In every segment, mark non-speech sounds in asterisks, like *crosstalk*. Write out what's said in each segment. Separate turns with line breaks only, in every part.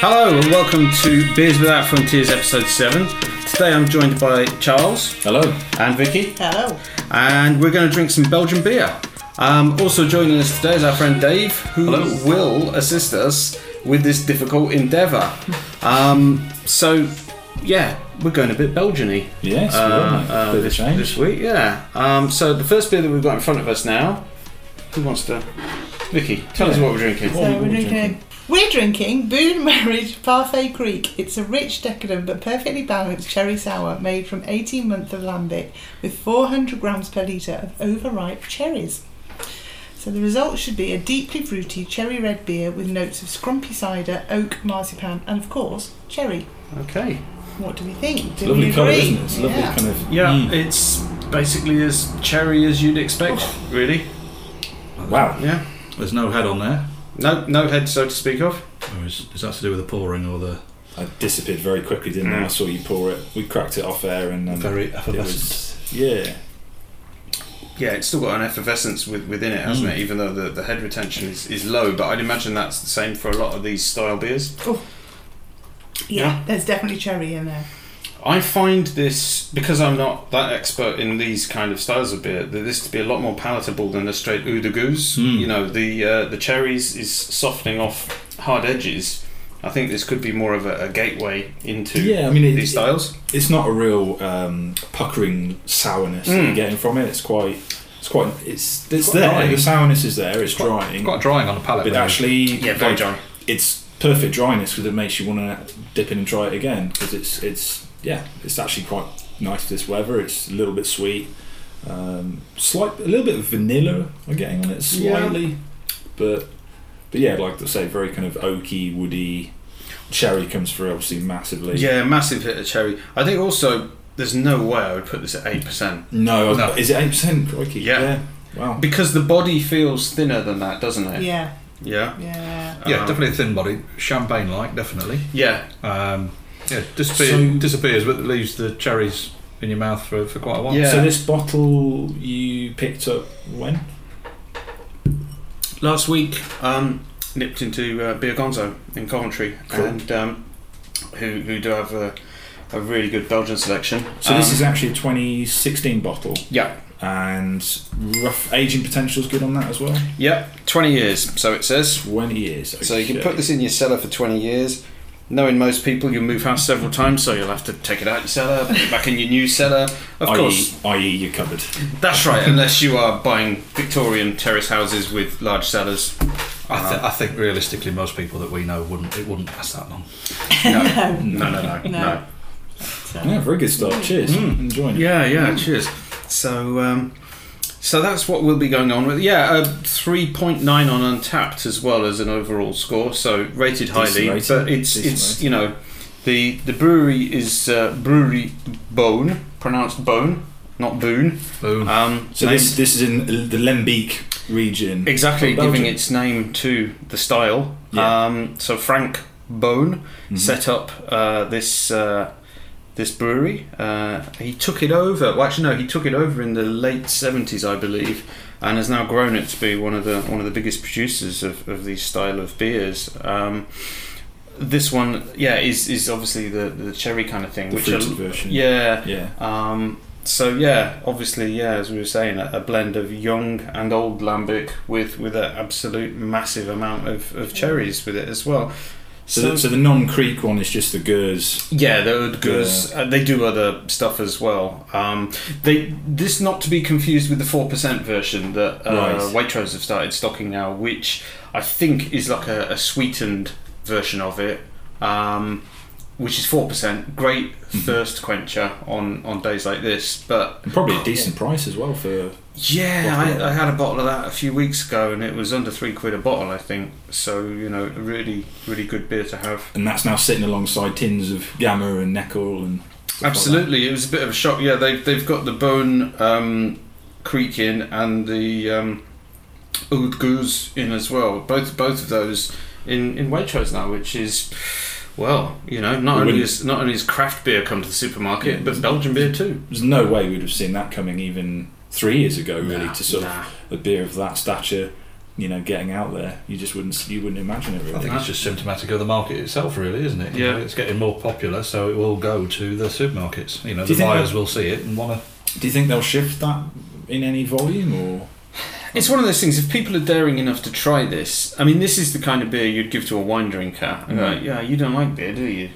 Hello and welcome to Beers Without Frontiers episode 7. Today I'm joined by Charles
Hello.
and Vicky
Hello.
and we're going to drink some Belgian beer. Um, also joining us today is our friend Dave who
Hello.
will assist us with this difficult endeavour. Um, so yeah, we're going a bit Belgian-y.
Yes, we are, mate. Bit of a
this,
change.
this week, yeah. Um, so the first beer that we've got in front of us now, who wants to... Vicky, tell us what we're drinking.
So we're drinking. We're drinking Boone Marriage Parfait Creek. It's a rich, decadent but perfectly balanced cherry sour made from 18 months of lambic with 400 grams per litre of overripe cherries. So the result should be a deeply fruity cherry red beer with notes of scrumpy cider, oak, marzipan, and of course cherry.
Okay.
What do we think?
It's
Do
lovely
we
colour,
agree?
isn't it? It's a lovely
Yeah.
kind of.
Yeah, it's basically as cherry as you'd expect, really.
Mm. Wow.
Yeah.
There's no head on there.
No, no head, so to speak of.
Or is, is that to do with the pouring or the
It disappeared very quickly, didn't it? I saw you pour it. We cracked it off air and. Um,
very
it was, yeah.
Yeah, it's still got an effervescence with, within it, hasn't it? Even though the, the head retention is, is low, but I'd imagine that's the same for a lot of these style beers.
Yeah, there's definitely cherry in there.
I find this because I'm not that expert in these kind of styles of beer. That this to be a lot more palatable than a straight eau de goose.
Mm.
You know, the uh, the cherries is softening off hard edges. I think this could be more of a, a gateway into
Yeah, I mean, it-
these styles.
It's not a real um, puckering sourness that
Mm.
you're getting from it. It's quite. It's quite. It's, it's
Quite
there.
drying.
The sourness is there. It's drying.
Quite drying on the palate.
but
really.
actually.
very
like,
dry.
It's perfect dryness because it makes you want to dip in and try it again because it's. it's Yeah, it's actually quite nice this weather. It's a little bit sweet. Um, slight. A little bit of vanilla I'm getting on it slightly. but but yeah, like I say, very kind of oaky, woody. Cherry comes through obviously massively.
Yeah, massive hit of cherry. I think also there's no way I would put this at eight percent
No,
No.
is it eight percent? Crikey.
Yeah.
Wow.
because the body feels thinner than that, doesn't it?
Yeah,
Yeah.
yeah.
yeah,
Um,
definitely a thin body, champagne like, definitely.
Yeah.
Um, yeah, disappears,
So-
disappears, but leaves the cherries in your mouth for, for quite a while.
Yeah.
So this bottle you picked up when?
Last week, um, nipped into uh, Beer Gonzo in Coventry,
Cool.
and um, who who do have a, a really good Belgian selection.
So this
Um,
is actually a 2016 bottle,
yeah,
and rough aging potential is good on that as well.
yeah, twenty years. So it says.
20 years. Okay.
So you can put this in your cellar for twenty years. Knowing most people, you'll move house several times, so you'll have to take it out your cellar, put it back in your new cellar. Of
i.e.
course,
i.e. your cupboard.
That's
*laughs*
right, unless you are buying Victorian terrace houses with large
*laughs*
cellars.
I, th- I think realistically, most people that we know wouldn't it wouldn't last that long.
No, no, no, no, no.
No.
Yeah, very good start. Cheers. Enjoying
Mm.
it.
Yeah, yeah. Cheers. So, um, so that's what we'll be going on with. Yeah, uh, three point nine on Untapped as well as an overall score, so rated highly.
rating,
But it's
decent
it's
rating.
you know, the the brewery is uh, brewery Bone, pronounced Bone, not Boone.
Boom.
Um,
Mm. So
named-
this this is in the Lembeek region.
exactly
of Belgium.
giving its name to the style.
Yeah. Mm-hmm.
Um, so Frank Bone set up uh, this uh, this brewery. Uh, he took it over. Well, actually, no, he took it over in the late seventies, I believe, and has now grown it to be one of the one of the biggest producers of, of these style of beers. Um, this one, yeah, is is obviously the, the cherry kind of thing,
the
which are,
fruited version.
yeah,
Yeah.
um, so yeah, obviously, yeah, as we were saying, a, a blend of young and old lambic with with an absolute massive amount of, of cherries with it as well.
So,
So,
the, so the non-creek one is just the Gers.
yeah, the Udgers, uh, they do other stuff as well. Um, they this not to be confused with the four percent version that uh,
Right.
Waitrose have started stocking now, which I think is like a, a sweetened version of it. Um, which is four percent, great
Mm-hmm.
thirst quencher on, on days like this. But
And probably a decent price as well for.
Yeah,
Bottle.
I, I had a bottle of that a few weeks ago, and it was under three quid a bottle, I think. So you know, a really, really good beer to have.
And that's now sitting alongside tins of Gamma and Neckel and. stuff like
Absolutely, it was a bit of a shock. Yeah, they've they've got the Bone um, Creek in and the um, Old Goose in as well. Both both of those in in Waitrose now, which is. Well, you know, not
We
only
wouldn't-
is not only is craft beer come to the supermarket,
Yeah.
but Belgian beer too.
that. There's no way we'd have seen that coming even three years ago, really,
Nah,
to sort
nah.
of a beer of that stature, you know, getting out there. You just wouldn't you wouldn't imagine it
I
really.
think it's just symptomatic of the market itself, really, isn't it? You
Yeah.
know, it's getting more popular, so it will go to the supermarkets. You know,
Do you
the
think
buyers will see it and want to.
Do you think they'll shift that in any volume or?
It's one of those things. If people are daring enough to try this, I mean, this is the kind of beer you'd give to a wine drinker. And
Mm.
go, yeah, you don't like beer, do you?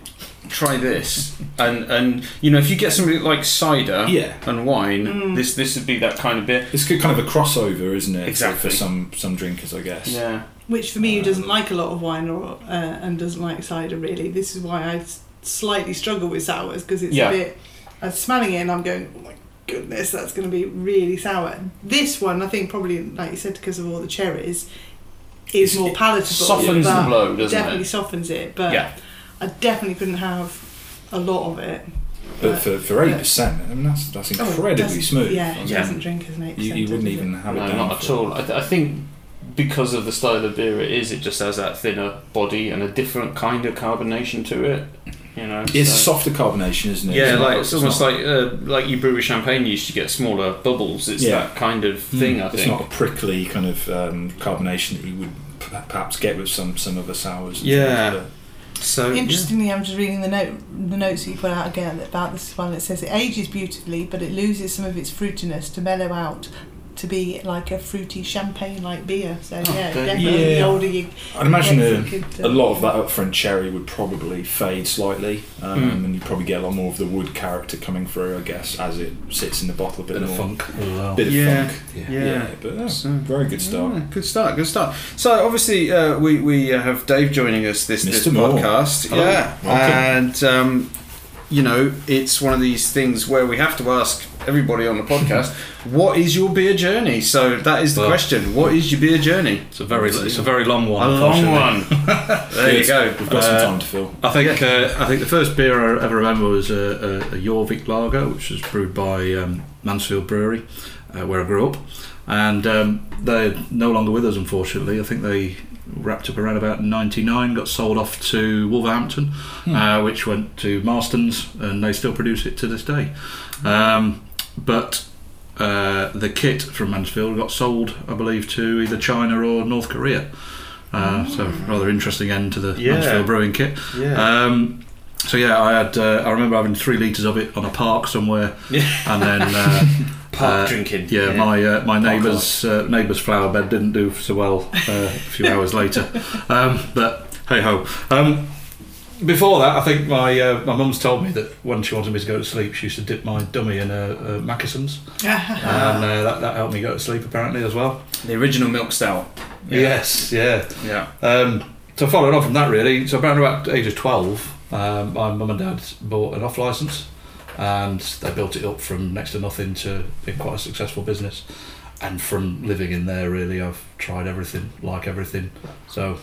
Try this, and and you know, if you get somebody that likes cider
Yeah,
and wine,
Mm.
this this would be that kind of beer.
it's good kind of a crossover, isn't it? for-
Exactly.
For some some drinkers, I guess.
Yeah,
Which for me, who doesn't like a lot of wine or uh, and doesn't like cider, really, this is why I s- slightly struggle with sours because it's
Yeah.
a bit. I'm smelling it and I'm going, oh my goodness, that's going to be really sour. This one, I think, probably like you said, because of all the cherries, is
It's-
more
it
palatable.
softens
but
the blow, doesn't
Definitely
it?
softens it, but
Yeah.
I definitely couldn't have a lot of it.
But for for eight percent, I mean that's that's
Oh,
incredibly
doesn't-
smooth.
Yeah, it
Yeah.
doesn't drink as an eight
You, you wouldn't even have it
No,
down.
not at
for-
all. I, th- I think because of the style of the beer it is, it just has that thinner body and a different kind of carbonation to it. You know,
It's
so-
softer carbonation, isn't it?
Yeah,
It's not-
like it's almost
not-
like uh, like you brew with champagne, you used to get smaller bubbles. It's
Yeah.
that kind of thing. I
Hmm. it's
think.
not a prickly kind of um, carbonation that you would p- perhaps get with some some other sours. and
Yeah.
things,
so
Interestingly, I'm just reading the note, the notes that you put out again about this one. It says it ages beautifully, but it loses some of its fruitiness to mellow out to be like a fruity champagne-like beer. So
Oh,
yeah,
okay.
definitely
Yeah.
the older you.
but I'd imagine
get,
a,
you could,
a
uh,
lot of
*laughs*
that upfront cherry would probably fade slightly, um,
Hmm.
Mm.
and you'd probably get a lot more of the wood character coming through, I guess, as it sits in the bottle a bit,
Bit of
more.
funk as well.
Bit of
Yeah.
funk.
Yeah.
yeah.
but yeah,
So-
very good start.
Yeah, good start. Good start. So obviously uh, we we uh, have Dave joining us this, this
Mr. Moore.
podcast.
Hello.
Yeah,
Welcome.
and um, you know it's one of these things where we have to ask everybody on the
*laughs*
podcast, what is your beer journey? So that is the
Well-
question. What is your beer journey?
It's a very, it's a very long one.
A long
unfortunately.
one.
*laughs*
there you
Good.
go.
We've got
Uh,
some time to fill.
I think uh, I think the first beer I ever remember was uh, a, a, a Jorvik lager, which was brewed by um, Mansfield Brewery, uh, where I grew up, and um, they're no longer with us, unfortunately. I think they wrapped up around about '99, got sold off to Wolverhampton, uh, which went to Marston's, and they still produce it to this day. Um, but uh, the kit from Mansfield got sold, I believe, to either China or North Korea. Uh, so rather interesting end to the
Yeah.
Mansfield brewing kit.
Yeah.
Um, so yeah, I had. Uh, I remember having three liters of it on a park somewhere,
Yeah. *laughs*
and then uh,
Park
uh,
drinking.
yeah, my uh, my
Park
neighbour's uh, neighbour's flower bed didn't do so well uh,
*laughs*
a few hours later, um, but hey ho. Um, before that, I think my uh, my mum's told me that when she wanted me to go to sleep, she used to dip my dummy in uh, uh, Mackeson's,
Ah.
and uh, that, that helped me go to sleep apparently as well.
the original milk stout. Yeah.
Yes, yeah.
Yeah.
Um, so following on from that, really, so around about the age of twelve, um, my mum and dad bought an off license, and they built it up from next to nothing to being quite a successful business. And from living in there, really, I've tried everything, like everything. So,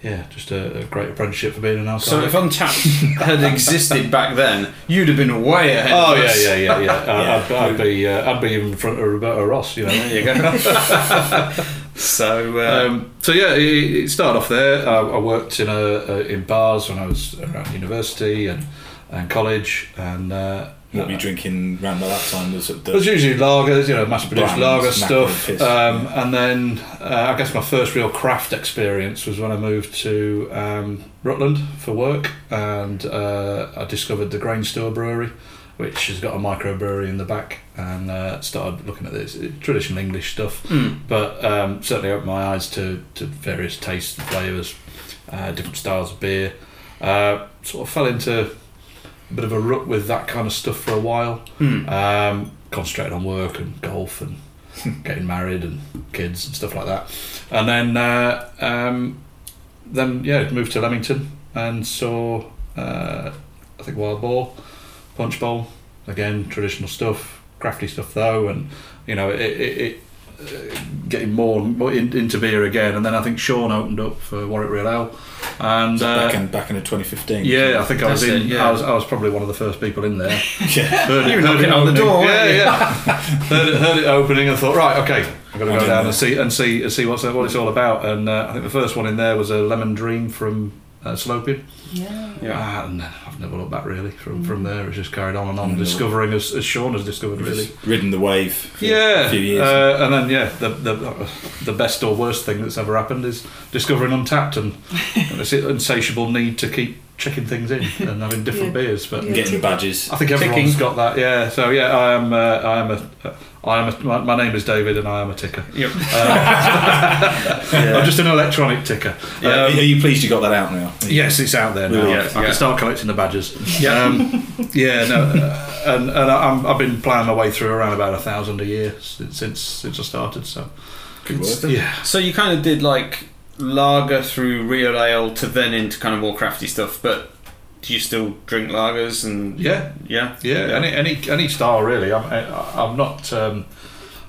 yeah, just a, a great apprenticeship for being an
So
alcoholic.
if Untapped
*laughs*
had existed back then, you'd have been way ahead.
oh
of
yeah,
us.
yeah,
*laughs*
yeah, yeah. Uh,
Yeah.
I'd, I'd be, uh, I'd be in front of Roberto Ross, you know.
There you go. *laughs* so uh,
Um, so yeah, it, it started off there. I, I worked in a, a in bars when I was around university and and college, and uh,
What were you drinking round by that time? Was it
it was
the,
usually lagers, you know, mass produced
Brands,
lager
mackerel
stuff.
piss.
Um, and then uh, I guess my first real craft experience was when I moved to um, Rutland for work, and uh, I discovered the Grain Store Brewery, which has got a microbrewery in the back, and uh, started looking at this traditional English stuff
hmm.
but um, certainly opened my eyes to, to various tastes and flavours, uh, different styles of beer. Uh, sort of fell into a bit of a rut with that kind of stuff for a while.
Hmm.
Mm.
Um, concentrated on work and
*laughs*
golf and getting married and kids and stuff like that. And then, uh, um, then yeah, moved to Leamington and saw uh, I think Wild Boar, Punch Bowl, again traditional stuff, crafty stuff though, and you know it. it, it uh, Getting more, more in, into beer again, and then I think Sean opened up for Warwick Real Ale, and
was it back,
uh,
in, back in the 2015?
yeah, I think I was
That's
in.
it, yeah.
I was I was probably one of the first people in
*laughs*
there.
yeah.
Heard
You were
heard
knocking on the
opening.
door, weren't
Yeah,
you? *laughs*
yeah. heard, it, heard it opening and thought, right, okay, I'm going to
I
go
didn't
down
know.
and see and see and see what's what it's all about. And uh, I think the first one in there was a lemon dream from uh, Slopin.
Yeah.
Yeah. Mm.
Ah, and then I've never looked back really from, from there. It's just carried on and on,
Mm.
discovering as, as Sean has discovered really.
Just ridden the wave. For
Yeah,
A few years.
Uh, and then yeah, the, the the best or worst thing that's ever happened is discovering Untapped and, and this insatiable need to keep checking things in and having different
Yeah.
beers. But
Yeah.
getting the
*laughs*
badges.
I think everyone's
Ticking.
got that. Yeah. So yeah, I am. Uh, I am a. I am a, my, my name is David, and I am a ticker.
Yep.
*laughs*
Uh, I'm just an electronic ticker.
Yeah,
Um,
are you pleased you got that out now?
Yes, it's out there now.
Really?
Yeah,
I
yeah.
can start collecting the badges.
Yeah.
*laughs*
um, yeah. No, uh, and and I, I'm, I've been ploughing my way through around about a thousand a year since since, since I started. So
Good work.
It's-
yeah,
So you kind of did like lager through real ale to then into kind of more crafty stuff, but do you still drink lagers and
yeah,
yeah,
yeah. Any any any style really. I'm I, I'm not. Um,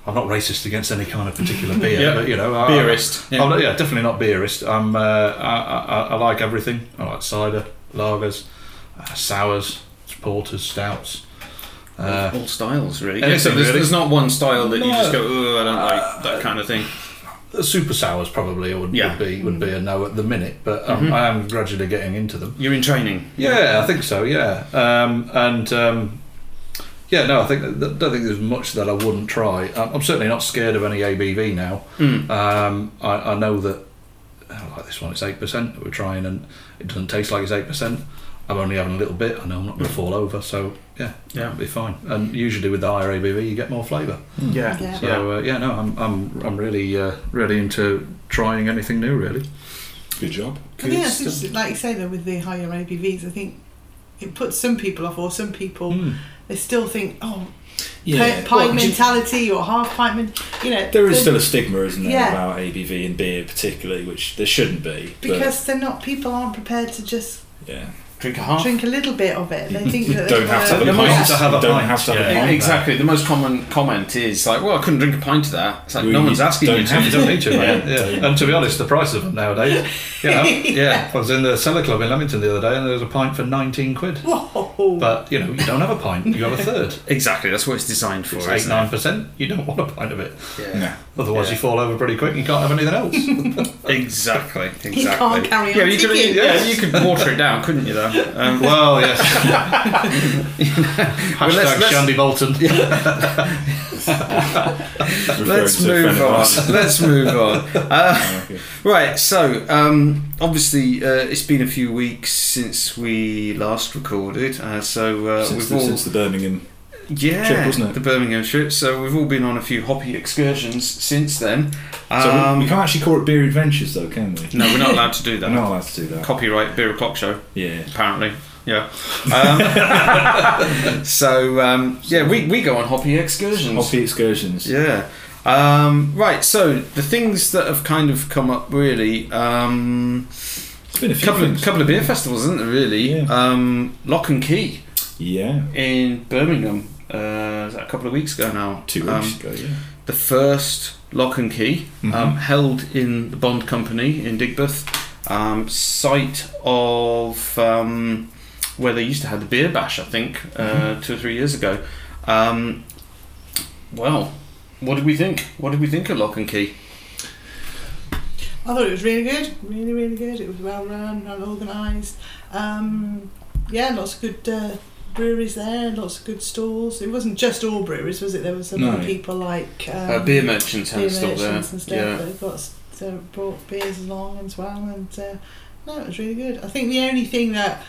I'm not racist against any kind of particular beer,
Yeah.
but you know,
Ah.
I-
beerist?
I'm not- yeah, definitely not beerist. I'm, uh, I, I, I like everything. I like cider, lagers, uh, sours, porters, stouts. Uh,
all styles really.
anything,
Yeah, so there's,
really.
there's not one style that you
No.
just go, oh, I don't like that kind of thing.
super sours probably would,
Yeah.
would be would be a no at the minute, but um,
Mhm.
I am gradually getting into them.
You're in training.
Yeah, I think so. Yeah, um, and um, yeah, no, I think I don't think there's much that I wouldn't try. I'm, I'm certainly not scared of any ABV now.
Mm.
Um, I, I know that I like this one. It's eight percent. We're trying, and it doesn't taste like it's eight percent. I'm only having a little bit. I know I'm not
Mm.
going to fall over, so yeah,
Yeah.
it'll be fine. And usually with the higher ABV, you get more flavour.
Yeah. Yeah.
So yeah, uh, yeah no, I'm I'm I'm really uh, really into trying anything new. Really,
Good job.
I think that's
Good stuff.
just, like you say though with the higher ABVs. I think it puts some people off, or some people
Hmm.
they still think, oh, pi- pint
Well, do you-
mentality or half pint. Men- you know,
There is
they're-
still a stigma, isn't there,
Yeah.
about ABV and beer particularly, which there shouldn't be. but,
because they're not people aren't prepared to just
yeah,
Drink a half.
drink a little bit of it.
*laughs*
They think that
don't have to have
There
a
might
pint.
to have a
don't
pint,
have to have a
yeah.
pint.
Exactly. The most common comment is like, "Well, I couldn't drink a pint of that." It's like
Well,
no
you
one's asking
don't
you
have
to.
you don't need
*laughs*
to. Right?
Yeah.
Yeah. And to be honest, the prices of them nowadays. You know, yeah, I was in the cellar club in Leamington the other day, and there was a pint for nineteen quid.
Whoa!
But you know, you don't have a pint. You have a third.
Exactly. That's what it's designed for.
It's eight
isn't it?
nine percent. You don't want a pint of it.
No.
Otherwise,
Yeah.
you fall over pretty quick. and You can't have anything else.
Exactly. Exactly.
can't carry on
yeah, you could,
ticking.
yeah, you could water it down, couldn't you? Though. Um,
well, yes.
Well,
Hashtag
let's- let's-
Shandy Bolton.
*laughs* Referring
Let's
to
move on. *laughs*
Fenimore.
Let's move on. Uh,
*laughs* Okay.
right, so um, obviously uh, it's been a few weeks since we last recorded, uh, so uh, we've
Since, the,
all
since the Birmingham,
yeah
trip, wasn't it?
the Birmingham trip. So we've all been on a few hoppy excursions since then.
so we-
Um,
we can't actually call it Beer Adventures, though, can we?
no, we're not allowed
*laughs*
to do
We're
that.
not allowed to do that.
Copyright beer o'clock show.
Yeah,
apparently.
*laughs*
Yeah. Um, so um, yeah, we, we go on hoppy excursions.
hoppy excursions.
Yeah. Um, right. So the things that have kind of come up really. Um,
It's been a few
couple of
things.
couple of beer festivals, isn't there? Really.
Yeah.
Um, Lock and Key
Yeah,
in Birmingham. Uh, is that a couple of weeks ago now.
two
Um,
weeks ago. Yeah,
the first Lock and Key um,
Mhm.
held in the Bond Company in Digbeth, um, site of um, where they used to have the beer bash, I think, uh, two or three years ago. Um, well, what did we think? What did we think of Lock and Key?
I thought it was really good, really, really good. It was well run, well organised. Um, yeah, lots of good uh, breweries there, lots of good stalls. It wasn't just all breweries, was it? There were some
No.
other people like um,
uh, beer merchants had
beer
a stall there.
merchants and stuff
yeah.
that have got s- uh, brought beers along as well. And uh, no, it was really good. I think the only thing that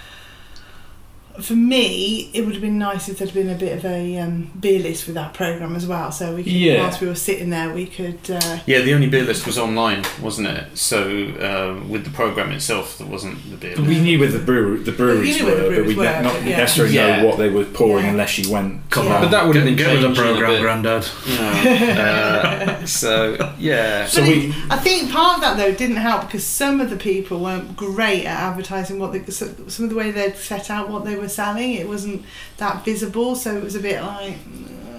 for me, it would have been nice if there'd been a bit of a um, beer list with that program as well. So we could,
Yeah.
whilst we were sitting there, we could uh,
Yeah, the only beer list was online, wasn't it? So uh, with the program itself, there wasn't the beer
But *laughs*
list.
we knew where the brewer the breweries
knew
were,
where the
but we
breweries were,
did not
but yeah.
necessarily
Yeah.
know what they were pouring
Yeah.
unless you went.
Come Yeah. on.
But that would have
Get-
been
get with the
changing a
program,
bit.
Grandad.
You know, uh, so yeah.
So
But
we-
it- I think part of that though didn't help because some of the people weren't great at advertising what they, so- some of the way they'd set out what they were selling. It wasn't that visible, so it was a bit like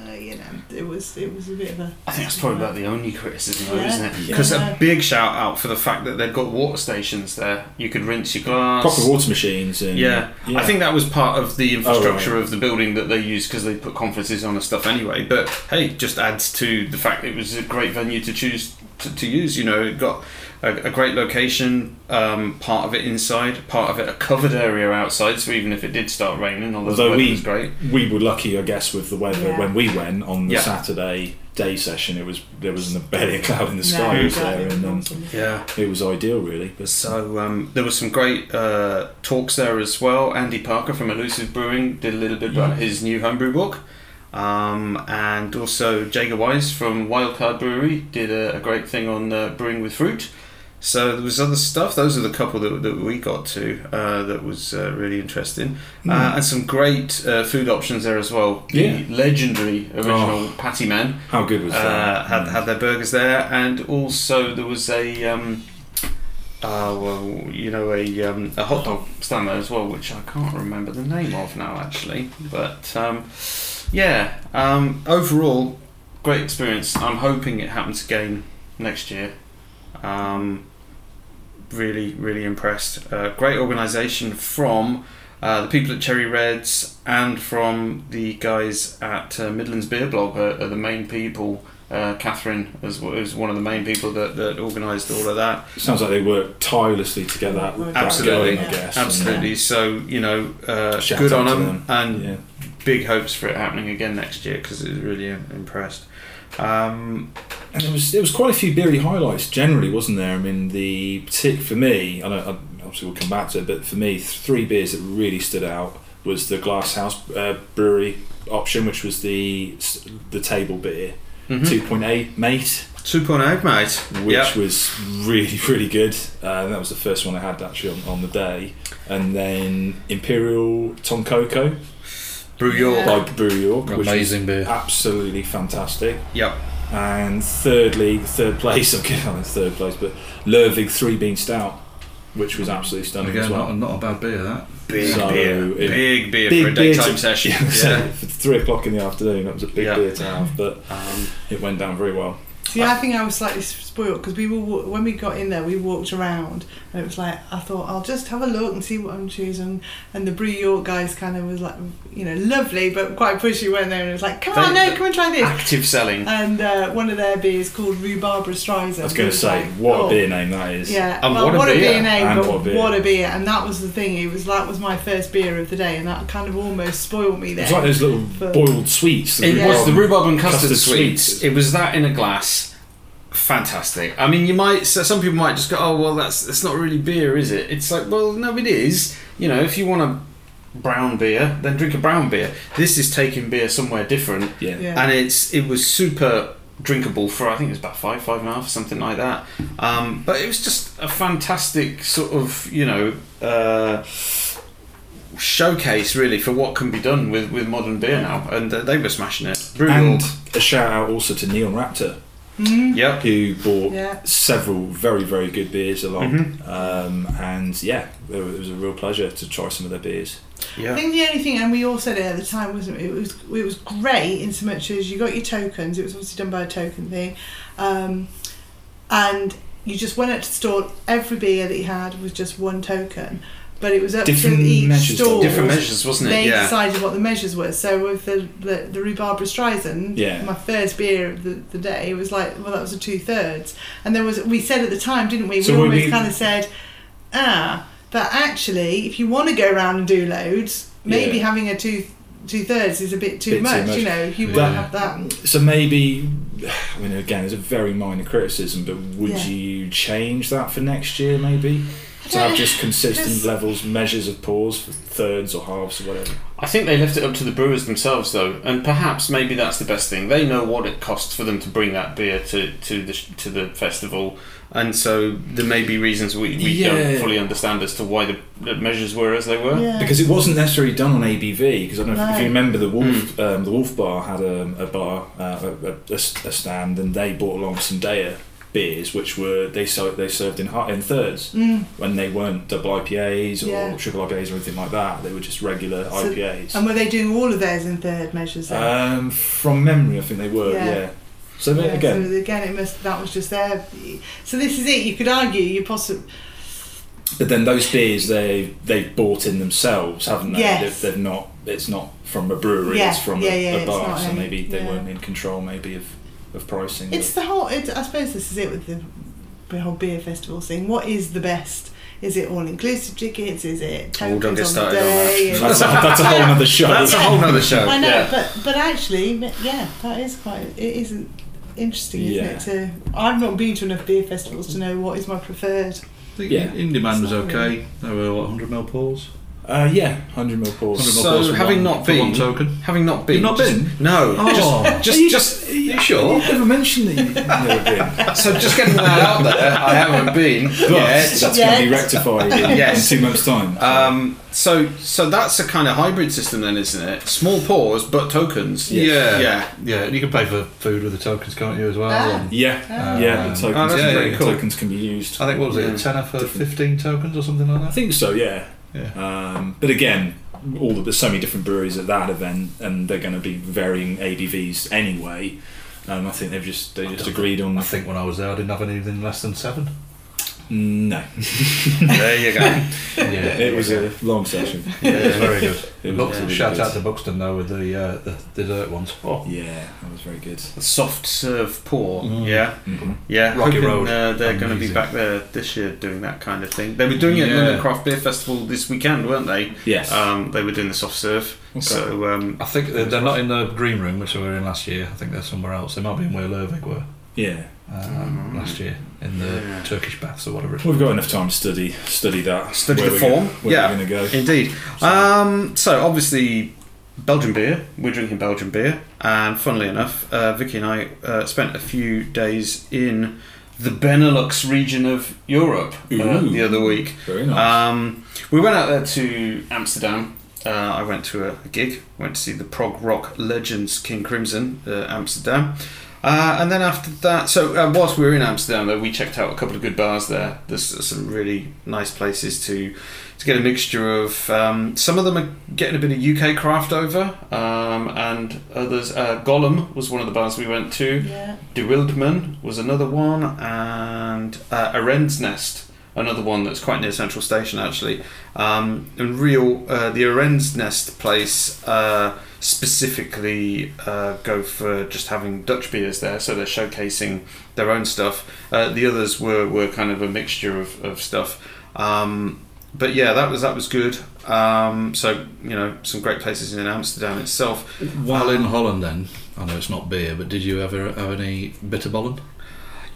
uh, you know, it was it was a bit of a.
I think that's probably about the only criticism, though,
Yeah.
isn't it?
Yeah.
Because
Yeah.
a big shout out for the fact that they've got water stations there. You could rinse your glass.
Proper water machines and
Yeah. I think that was part of the infrastructure
Oh, right.
of the building that they used because they put conferences on and stuff anyway. But hey, just adds to the fact it was a great venue to choose to, to use. You know, it got a, a great location, um, part of it inside, part of it a covered area outside. So even if it did start raining, although the
Although
weather
we-
was great,
We were lucky, I guess, with the weather
Yeah.
when we went on the
Yeah.
Saturday day session. It was there was barely a cloud in the
No,
sky, was
exactly.
there, and um,
yeah.
it was ideal really. But
So um, there was some great uh, talks there as well. Andy Parker from Elusive Brewing did a little bit
Mm.
about his new homebrew book. Um, and also Jager Weiss from Wildcard Brewery did a, a great thing on uh, brewing with fruit. So there was other stuff. Those are the couple that, that we got to uh, that was uh, really interesting. Uh, and some great uh, food options there as well. The
Mm. Yeah.
legendary original
Oh.
Patty Man
how good was hmm. that?
uh,
Mm.
had had their burgers there, and also there was a um, uh, well, you know, a um, a hot dog stand there as well, which I can't remember the name of now actually. But um, yeah, um, overall, great experience. I'm hoping it happens again next year. Um, really, really impressed. Uh, great organisation from. Uh, the people at Cherry Reds and from the guys at uh, Midlands Beer Blog are, are the main people uh, Catherine is, is one of the main people that, that organised all of that.
Sounds like they worked tirelessly to get that, that
Absolutely.
going, I guess. and,
Absolutely. So, you know, uh,
Shout
good
out
on
to
them,
them.
and
uh, yeah.
big hopes for it happening again next year because it was really im- impressed. Um,
And there was there was quite a few beery highlights generally, wasn't there? I mean, the partic- for me, I, don't, I obviously we'll come back to it, but for me, three beers that really stood out was the Glass House uh, Brewery option, which was the s- the table beer,
mhm.
two point eight mate,
2.8, mate.
which
Yep.
was really *laughs* really good. Uh, that was the first one I had actually on, on the day, and then Imperial Tom Coco
Brew York.
by Brew York, which was
Amazing beer.
absolutely fantastic.
Yep.
And thirdly, the third place, *laughs* I'm kidding, I'm in third place, but Lervig Three Bean Stout, which was absolutely stunning
Again,
as *laughs* well.
not, not a bad beer *laughs* that.
Big
So,
beer.
it-
big beer
big
for a
beer
daytime
to-
session.
*laughs* Yeah, so
Yeah.
for three o'clock in the afternoon, that was a big
Yeah.
beer to have, but
Um,
it went down very well.
See, I think I was slightly spoiled because we were wa- when we got in there, we walked around, and it was like I thought I'll just have a look and see what I'm choosing. And the Brew York guys kind of was like, you know, lovely but quite pushy, weren't they? And it was like, come on,
They-
no, come and try this.
active selling.
And uh, one of their beers called Rue Barbara Streisand.
I was going
It
to say,
like,
what
oh.
a beer name that is.
Yeah,
And
well,
what a
what, a
beer.
beer name,
And
but
what a beer.
and that was the thing. It was that was my first beer of the day, and that kind of almost spoiled me there.
It's like those little
But-
boiled sweets. that
It
we
was
got.
the rhubarb and custard,
Custard
sweets.
sweets.
It was that in a glass. Fantastic. I mean, you might. So some people might just go, "Oh, well, that's that's not really beer, is it?" It's like, well, no, it is. You know, if you want a brown beer, then drink a brown beer. This is taking beer somewhere different,
Yeah.
Yeah.
and it's it was super drinkable for I think it was about five, five and a half, something like that. Um, but it was just a fantastic sort of you know. Uh, showcase really for what can be done with, with modern beer now and uh, they were smashing it Brutal.
And a shout out also to Neon Raptor,
Yep.
who bought
Yeah.
several very, very good beers along. Um, and yeah, it wa- it was a real pleasure to try some of their beers.
I
Yeah.
think the only thing, and we all said it at the time, wasn't it? It was it was great in so much as you got your tokens. It was obviously done by a token thing, um, and you just went out to the store. Every beer that he had was just one token, but it was up
Different
to each
measures, though.
store.
Different measures, wasn't it?
They
Yeah.
decided what the measures were. So with the the, the rhubarb Streisand,
Yeah.
my first beer of the, the day it was like, well, that was a two thirds, and there was we said at the time, didn't we?
So
we
were
almost
we-
kind of said, ah, but actually, if you want to go around and do loads, maybe
Yeah.
having a two two thirds is a bit too,
Bit too
much,
much.
You know, if you
Yeah.
want to have that.
So maybe, I mean, again, it's a very minor criticism, but would
Yeah.
you change that for next year, maybe? To have just consistent
Just-
levels, measures of pours for thirds or halves or whatever.
I think they left it up to the brewers themselves, though, and perhaps maybe that's the best thing. They know what it costs for them to bring that beer to, to the to the festival, and so there may be reasons we, we
Yeah.
don't fully understand as to why the, the measures were as they were.
Yeah.
Because it wasn't necessarily done on ABV. Because I don't know if, if you
No.
remember the Wolf, um, the Wolf Bar had a, a bar, uh, a, a- a s- a stand, and they brought along some Daya beers, which were they served they served in hi- in thirds
Mm.
when they weren't double IPAs or
Yeah.
triple IPAs or anything like that. They were just regular
So-
IPAs.
And were they doing all of theirs in third measures? Then?
Um, from memory, I think they were. Yeah.
Yeah.
So then
Yeah,
again,
so again, it must that was just there. So this is it. You could argue you possibly
but then those beers they they've bought in themselves, haven't they?
Yes.
They've, they've not. It's not from a brewery.
Yeah,
It's from
yeah,
a,
yeah,
a
it's
bar.
not
So
any-
maybe they
yeah.
weren't in control. Maybe of of pricing.
It's the whole. It, I suppose this is it with the, the whole beer festival thing. What is the best? Is it all inclusive tickets? Is it
Oh, don't
tokens
get
on
started
the
on that. *laughs*
day?
that's, a, that's a whole other show.
That's a whole nother show.
I know,
yeah.
but but actually, m- yeah, that is quite. It isn't interesting,
Yeah.
isn't it? To I've not been to enough beer festivals to know what is my preferred.
The
Yeah.
in demand was
Sorry.
okay. There were what, 100 mil pours.
uh, yeah, hundred mil pause.
100 mil
So,
pours for
having
one-
not
for
been-
one token.
Having not been,
You've not
just-
been?
No,
Oh.
just just,
Are you-
just you sure?
You never mentioned that you've never
*laughs*
been.
So just getting that out there, I haven't been
But
yet.
that's going to
Yet.
be rectified in,
Yes.
in two months' time.
Um, so so that's a kind of hybrid system then, isn't it? Small paws but tokens.
Yes.
Yeah. Yeah.
Yeah, and you can pay for food with the tokens, can't you, as well?
Ah.
And
yeah,
Ah.
yeah. The
Um,
oh,
tokens,
that's
yeah,
pretty
the
cool.
tokens can be used.
I think, what was it,
Yeah.
a tenner for
Different.
15 tokens or something
I
like that?
think so. Yeah.
Yeah.
Um, but again, all the, there's so many different breweries at that event, and they're going to be varying ABVs anyway. Um, I think they've just they just
don't
agreed on.
I think when I was there, I didn't have anything less than seven.
no,
There you go.
Yeah,
it was a long session.
yeah, it was very good.
It
Look,
was really
shout
good.
out to Buxton though with the uh, the dessert ones. Oh,
Yeah, that was very good.
Soft serve paw.
Mm.
Yeah.
Mhm.
Yeah.
Rocky
hoping,
Road.
Uh, they're going to be
Amazing.
back there this year doing that kind of thing. They were doing it at
Yeah.
London Craft Beer Festival this weekend, weren't they?
Yes.
Uh,
Um, they were doing the soft serve.
Okay.
So um,
I think they're, they're not in the green room which we were in last year. I think they're somewhere else. They might be in where Lervig were
yeah,
um,
Mm.
last year in the
Yeah.
Turkish baths or whatever. It was.
we've got enough time to study study that.
Study the
we're
form,
Gonna, where
yeah.
we're going to go.
Indeed.
uh,
Um, so obviously, Belgian beer. We're drinking Belgian beer, and funnily enough, uh, Vicky and I uh, spent a few days in the Benelux region of Europe uh,
Ooh.
the other week.
Very nice.
uh,
Um, we went out there to Amsterdam. Uh, I went to a, a gig. Went to see the prog rock legends King Crimson, uh, Amsterdam. Uh, and then after that, so uh, whilst we were in Amsterdam, though, we checked out a couple of good bars there. There's some really nice places to to get a mixture of. Um, some of them are getting a bit of UK craft over, um, and others. Uh, Gollum was one of the bars we went to.
Yeah,
De Wildman was another one, and uh, A Wren's Nest, another one that's quite near Central Station actually. Um, and real, uh, the A Wren's Nest place uh, specifically uh, go for just having Dutch beers there, so they're showcasing their own stuff. Uh, the others were, were kind of a mixture of, of stuff. Um, but yeah, that was that was good. Um, so you know, some great places in Amsterdam itself.
While in Holland, then I know it's not beer, but did you ever have any bitterballen?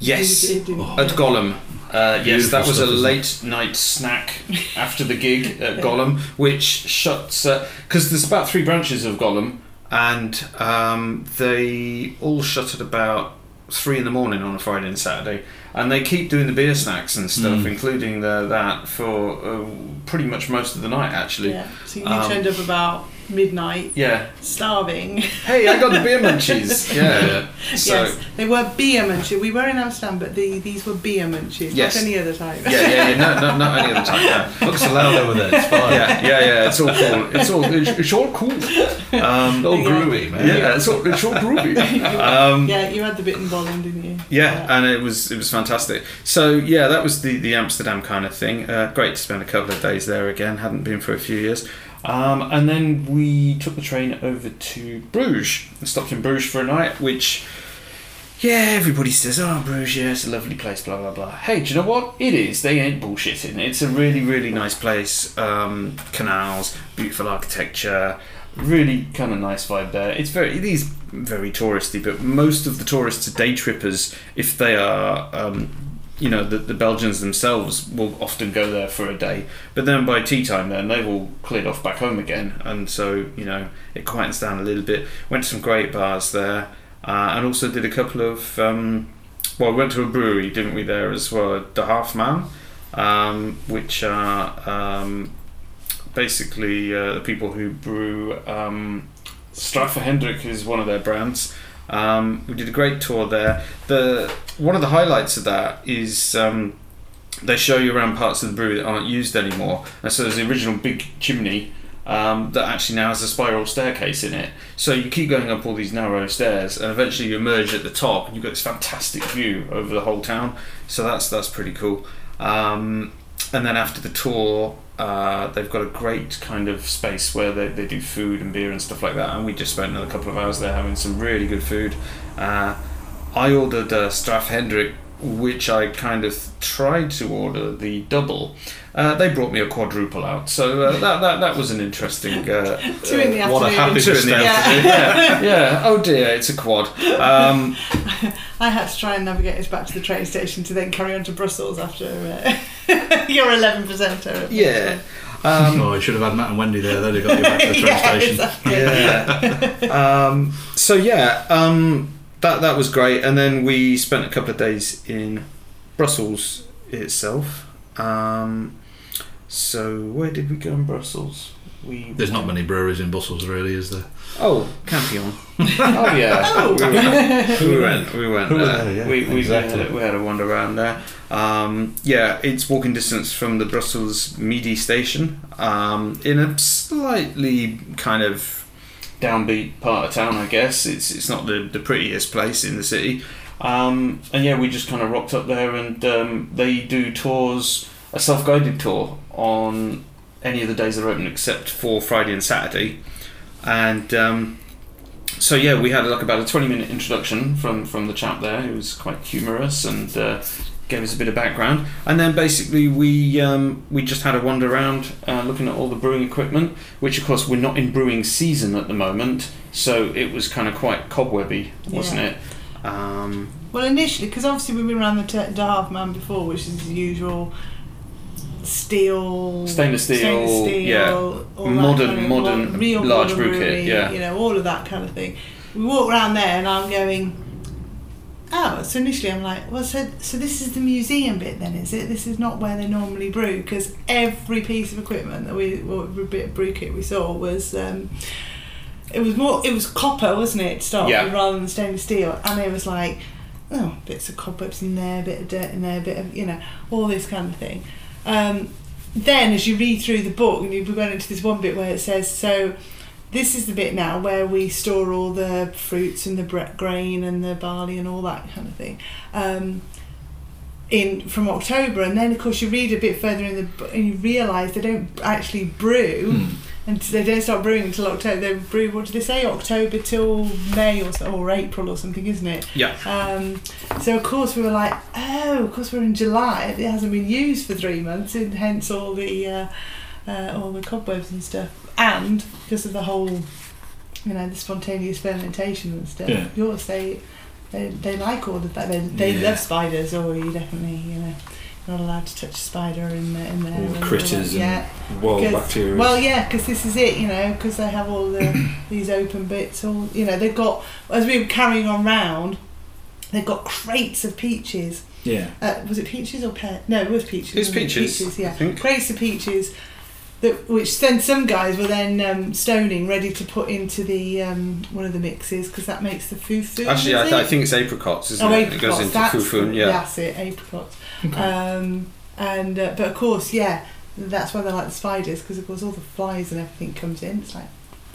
Yes. Oh,
It- it didn't-
At Gollum. Uh, yes,
Beautiful
that was a
stuff, isn't it?
late night snack after the gig at Gollum, which shuts because there's about three branches of Gollum, and um, they all shut at about three in the morning on a Friday and Saturday, and they keep doing the beer snacks and stuff,
Mm.
including the, that for uh, pretty much most of the night actually. Yeah.
yeah. So you
Um,
turned up about midnight,
*laughs*
starving.
Hey, I got the beer munchies. Yeah. So
yes, they were beer munchies. We were in Amsterdam, but the, these were beer munchies,
Yes.
not any other type.
yeah, yeah, yeah. No, no, not any other time. Yeah.
Looks allowed over there. It's fine.
Oh, yeah, yeah, yeah. It's all cool. It's all it's, it's all cool. Um, *laughs*
All
Yeah.
groovy, man.
yeah, it's all it's all groovy. *laughs* Um,
Yeah, you had the bitten bowling, didn't you?
yeah, and it was it was fantastic. So yeah, that was the the Amsterdam kind of thing. Uh, great to spend a couple of days there again. Hadn't been for a few years. Um, and then we took the train over to Bruges and stopped in Bruges for a night, which. Yeah, everybody says, oh, Bruges, yeah, it's a lovely place, blah, blah, blah. Hey, do you know what? It is. They ain't bullshitting. It's a really, really nice place. Um, canals, beautiful architecture, really kind of nice vibe there. It's very, it is very touristy, but most of the tourists are day trippers. If they are, um, you know, the, the Belgians themselves will often go there for a day, but then by tea time, then they've all cleared off back home again, and so you know it quietens down a little bit. Went to some great bars there, uh, and also did a couple of. Um, well, we went to a brewery, didn't we? There as well, the Half Man, um, which are um, basically uh, the people who brew um, Straffer Hendrik is one of their brands. Um, we did a great tour there. The one of the highlights of that is um, they show you around parts of the brewery that aren't used anymore. And so there's the original big chimney um, that actually now has a spiral staircase in it. So you keep going up all these narrow stairs, and eventually you emerge at the top, and you've got this fantastic view over the whole town. So that's that's pretty cool. Um, and then after the tour, uh, they've got a great kind of space where they, they do food and beer and stuff like that. And we just spent another couple of hours there having some really good food. Uh, I ordered uh, Straff Hendrick, which I kind of tried to order the double. Uh, they brought me a quadruple out, so uh, that, that that was an interesting. Uh,
*laughs* Two in the
uh,
afternoon.
what a happy
Two in the
mistake.
afternoon. *laughs* Yeah, yeah. Oh dear, it's a quad. Um,
I had to try and navigate us back to the train station to then carry on to Brussels after uh, *laughs* your 11%er.
yeah. Um,
oh, I should have had Matt and Wendy there. They'd have got you back to the
*laughs*
train
yeah,
station.
exactly.
yeah. *laughs* Um, so yeah, um, that that was great, and then we spent a couple of days in Brussels itself. Um, so where did we go in Brussels? We
There's not many breweries in Brussels, really, is there?
Oh, Campion. *laughs* oh yeah.
Who
we
were
went. We went.
Who were
there.
there, yeah,
we we,
exactly.
had, a- we had a wander around there. Um, yeah, it's walking distance from the Brussels Midi station. Um, in a slightly kind of downbeat part of town, I guess. It's it's not the the prettiest place in the city. Um, and yeah, we just kind of rocked up there, and um, they do tours, a self guided tour on any of the days they're open except for Friday and Saturday. And um, so yeah, we had like about a twenty-minute introduction from from the chap there, who was quite humorous and uh, gave us a bit of background. And then basically we um, we just had a wander around, uh, looking at all the brewing equipment, which of course we're not in brewing season at the moment, so it was kind of quite cobwebby, wasn't
Yeah.
it? Um,
Well, initially, because obviously we were around the Turk to Half Man before, which is the usual steel,
Stainless steel, yeah.
all that
Modern-
kind of-
modern large brew kit, yeah.
you know, all of that kind of thing. We walk around there, and I'm going. Oh, so initially I'm like, well, so so this is the museum bit then, is it? This is not where they normally brew because every piece of equipment that we, what bit of brew kit we saw was um, it was more it was copper wasn't it to start
Yeah.
with rather than stainless steel and it was like oh bits of cobwebs in there bit of dirt in there bit of you know all this kind of thing um, then as you read through the book and you've gone into this one bit where it says so this is the bit now where we store all the fruits and the bre- grain and the barley and all that kind of thing um, in from October and then of course you read a bit further in the book and you realise they don't actually brew
Hmm.
and they don't start brewing until October. They brew, what do they say, October till May or, so, or April or something, isn't it?
Yeah.
Um, so, of course, we were like, oh, of course, we're in July. It hasn't been used for three months, and hence all the, uh, uh, all the cobwebs and stuff. And because of the whole, you know, the spontaneous fermentation and stuff,
Yeah.
yours, they, they, they like all of that. They, they
Yeah.
love spiders, or you definitely, you know, not allowed to touch a spider in, the, in there.
All the
and-
critters and-
yeah.
Wild
Because-
bacteria.
Well, yeah, because this is it, you know, because they have all the these open bits. All you know, they've got as we were carrying on round, they've got crates of peaches.
yeah.
Uh, was it peaches or pear? No, it was peaches.
it's
wasn't it?
peaches, I
yeah,
think.
crates of peaches. That, which then some guys were then um, stoning, ready to put into the um, one of the mixes because that makes the fufu.
Actually, I,
is
I
it?
think it's apricots, isn't
oh,
it?
apricots.
it goes into
that's,
fufu. and- Yeah.
that's it, apricots. Um, and uh, but of course, yeah, that's why they like the spiders because of course all the flies and everything comes in. It's like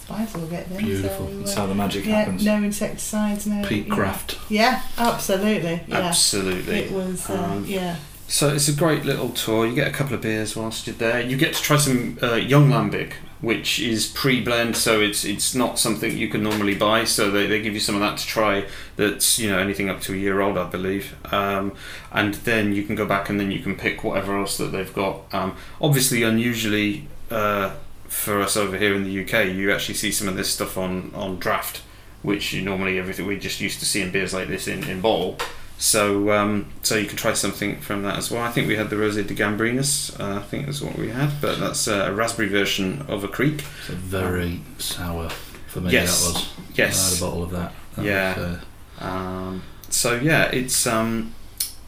spiders will get them.
Beautiful.
That's
So, uh,
how the magic
yeah,
happens.
no insecticides, no
Peat
yeah.
Craft.
Yeah, absolutely. Yeah,
Absolutely.
it was. Uh,
Um,
yeah,
So it's a great little tour. You get a couple of beers whilst you're there. You get to try some uh, young lambic, which is pre-blend, so it's it's not something you can normally buy. So they, they give you some of that to try. That's you know anything up to a year old, I believe. Um, and then you can go back and then you can pick whatever else that they've got. Um, obviously, unusually uh, for us over here in the UK, you actually see some of this stuff on on draft, which you normally everything we just used to seeing beers like this in in bottle. So um, so you can try something from that as well. I think we had the Rosé de Gambrinus. Uh, I think that's what we had, but that's uh, a raspberry version of a creek.
It's a very sour for me.
Yes.
That was. I had a
Yes.
bottle of that. That
Yeah.
was, uh,
Um, so yeah, it's um,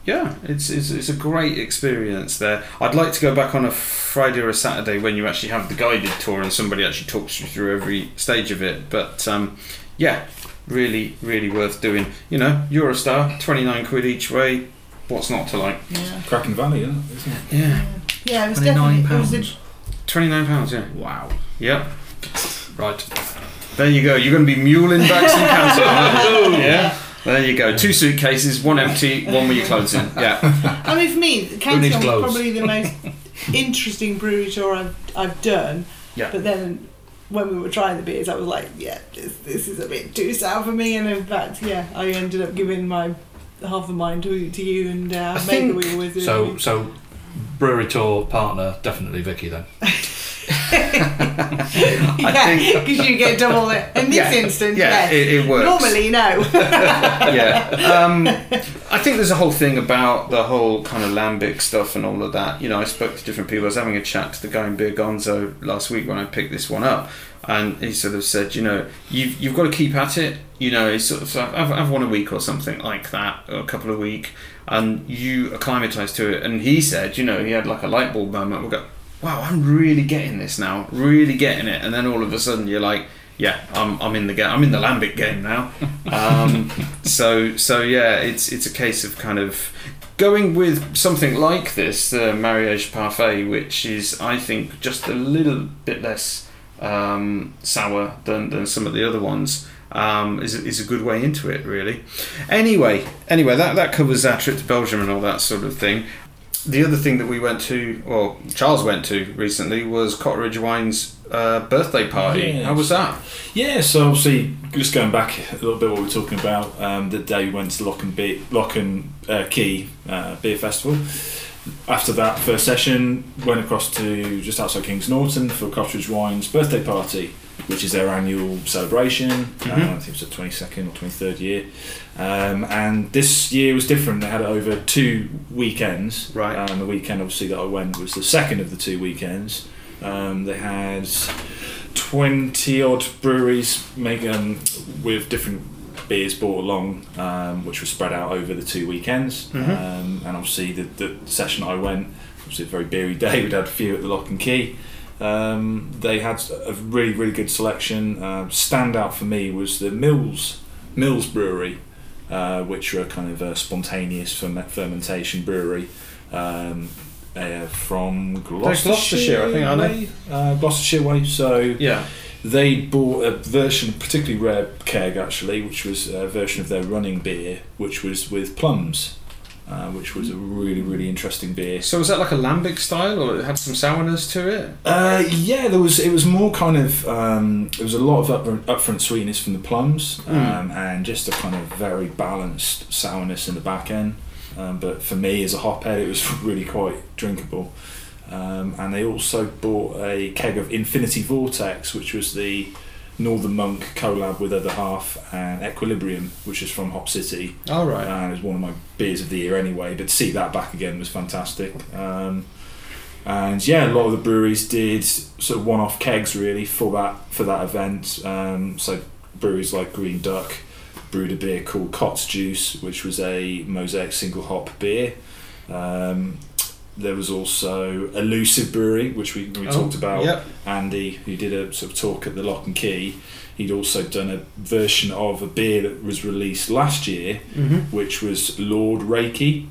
yeah, it's, it's it's a great experience there. I'd like to go back on a Friday or a Saturday when you actually have the guided tour and somebody actually talks you through every stage of it. But um, yeah, really really worth doing. You know, Eurostar, twenty nine quid each way. What's not to like?
yeah,
Kraken Valley, isn't it? Isn't it?
Yeah,
yeah. It was definitely.
Twenty-nine
It was a
pounds.
twenty nine pounds. Yeah,
Wow.
yep.
Right.
There you go. You're going to be muling back some cancer. aren't you? yeah. There you go. Two suitcases, one empty, one with your clothes in.
*laughs*
Yeah.
I mean, for me, Canton
needs
was
gloves? *laughs*
probably the most interesting brewery tour I've, I've done.
Yeah.
But then when we were trying the beers, I was like, yeah, this, this is a bit too sour for me. And in fact, yeah, I ended up giving my half of mine to, to you and uh, maybe
I think-
we were doing. *laughs*
So, so brewery tour partner, definitely Vicky then.
think-
yeah, because you get double it. In this
Yeah.
instance,
yeah,
yes.
It, it works.
Normally,
*laughs*
no.
yeah. Um, I think there's a whole thing about the whole kind of lambic stuff and all of that. You know, I spoke to different people. I was having a chat to the guy in Beer Gonzo last week when I picked this one up, and he sort of said, you know, you've, you've got to keep at it. You know, it's sort of so have, have one a week or something like that, or a couple of week, and you acclimatise to it. And he said, you know, he had like a light bulb moment. We go, wow, I'm really getting this now, really getting it. And then all of a sudden, you're like. Yeah, I'm, I'm in the game. I'm in the lambic game now. Um, so so yeah, it's it's a case of kind of going with something like this, the mariage parfait, which is I think just a little bit less um, sour than, than some of the other ones. Um, is, is a good way into it really. Anyway, anyway, that that covers our trip to Belgium and all that sort of thing. The other thing that we went to, or Charles went to recently, was Cotteridge Wine's uh, birthday party.
Yes.
How was that?
Yeah, so obviously, just going back a little bit, what we were talking about um, the day we went to Lock and Be- Lock and uh, Key uh, Beer Festival. After that first session, went across to just outside Kings Norton for Cottage Wine's birthday party, which is their annual celebration. Uh, I think it's the twenty second or twenty third year, um, and this year was different. They had it over two weekends.
Right.
And the weekend, obviously, that I went was the second of the two weekends. Um, they had 20 odd breweries make um, with different beers brought along, um, which was spread out over the two weekends.
Mhm.
Um, and obviously, the, the session I went, obviously, a very beery *laughs* day, we'd had a few at the Lock and Key. Um, they had a really, really good selection. Uh, standout for me was the Mills Mills Brewery, uh, which are a kind of a spontaneous ferme- fermentation brewery um, uh, from Gloucestershire,
Gloucestershire, I think, aren't they?
way, Uh, Gloucestershire way. So
Yeah,
they bought a version, particularly rare keg actually, which was a version of their running beer, which was with plums, uh, which was a really, really interesting beer.
So was that like a lambic style, or it had some sourness to it?
Uh, yeah, there was. It was more kind of. Um, it was a lot of up, upfront sweetness from the plums, um, and just a kind of very balanced sourness in the back end. Um, but for me, as a hophead, it was *laughs* really quite drinkable. Um, and they also bought a keg of Infinity Vortex, which was the Northern Monk collab with Other Half and Equilibrium, which is from Hop City
All Oh, right.
and it was one of my beers of the year anyway. But to see that back again was fantastic. Um, and yeah, a lot of the breweries did sort of one-off kegs really for that for that event. Um, so breweries like Green Duck brewed a beer called Cots Juice, which was a mosaic single hop beer. Um, there was also Elusive Brewery, which we, we
Oh,
talked about.
Yep.
Andy, who did a sort of talk at the Lock and Key, he'd also done a version of a beer that was released last year,
Mm-hmm.
which was Lord Reiki.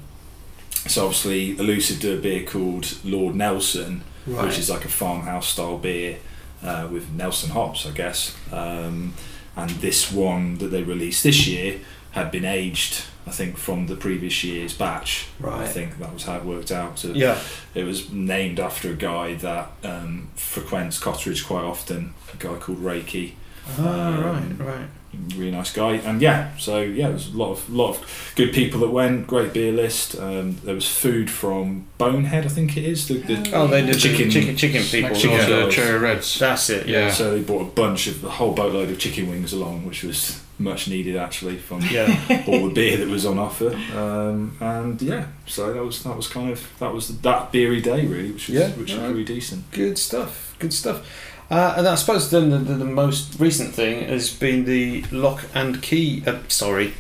So obviously, Elusive do a beer called Lord Nelson, which is like a farmhouse style beer uh, with Nelson hops, I guess. Um, and this one that they released this year had been aged, I think, from the previous year's batch. I
Right.
think that was how it worked out. So
Yeah.
it was named after a guy that um, frequents Cotteridge quite often, a guy called Reiki. Um,
Ah, right, right.
Really nice guy, and yeah, so yeah, there was a lot of lot of good people that went. Great beer list. Um, there was food from Bonehead, I think it is. The, the,
Oh, they did
the chicken-
chicken, chicken, chicken people.
Chicken
also.
dogs.
Cherry Reds.
That's it. Yeah.
Oh. Yeah.
So they brought a bunch of a whole boatload of chicken wings along, which was much needed actually from
*laughs*
Yeah.
all the beer that was on offer. Um, and yeah, so that was that was kind of that was that beery day really, which was
Yeah,
which was
alright.
really decent.
*laughs* Good stuff. Good stuff. Uh, and I suppose then the, the, the most recent thing has been the Lock and Key. Uh, sorry,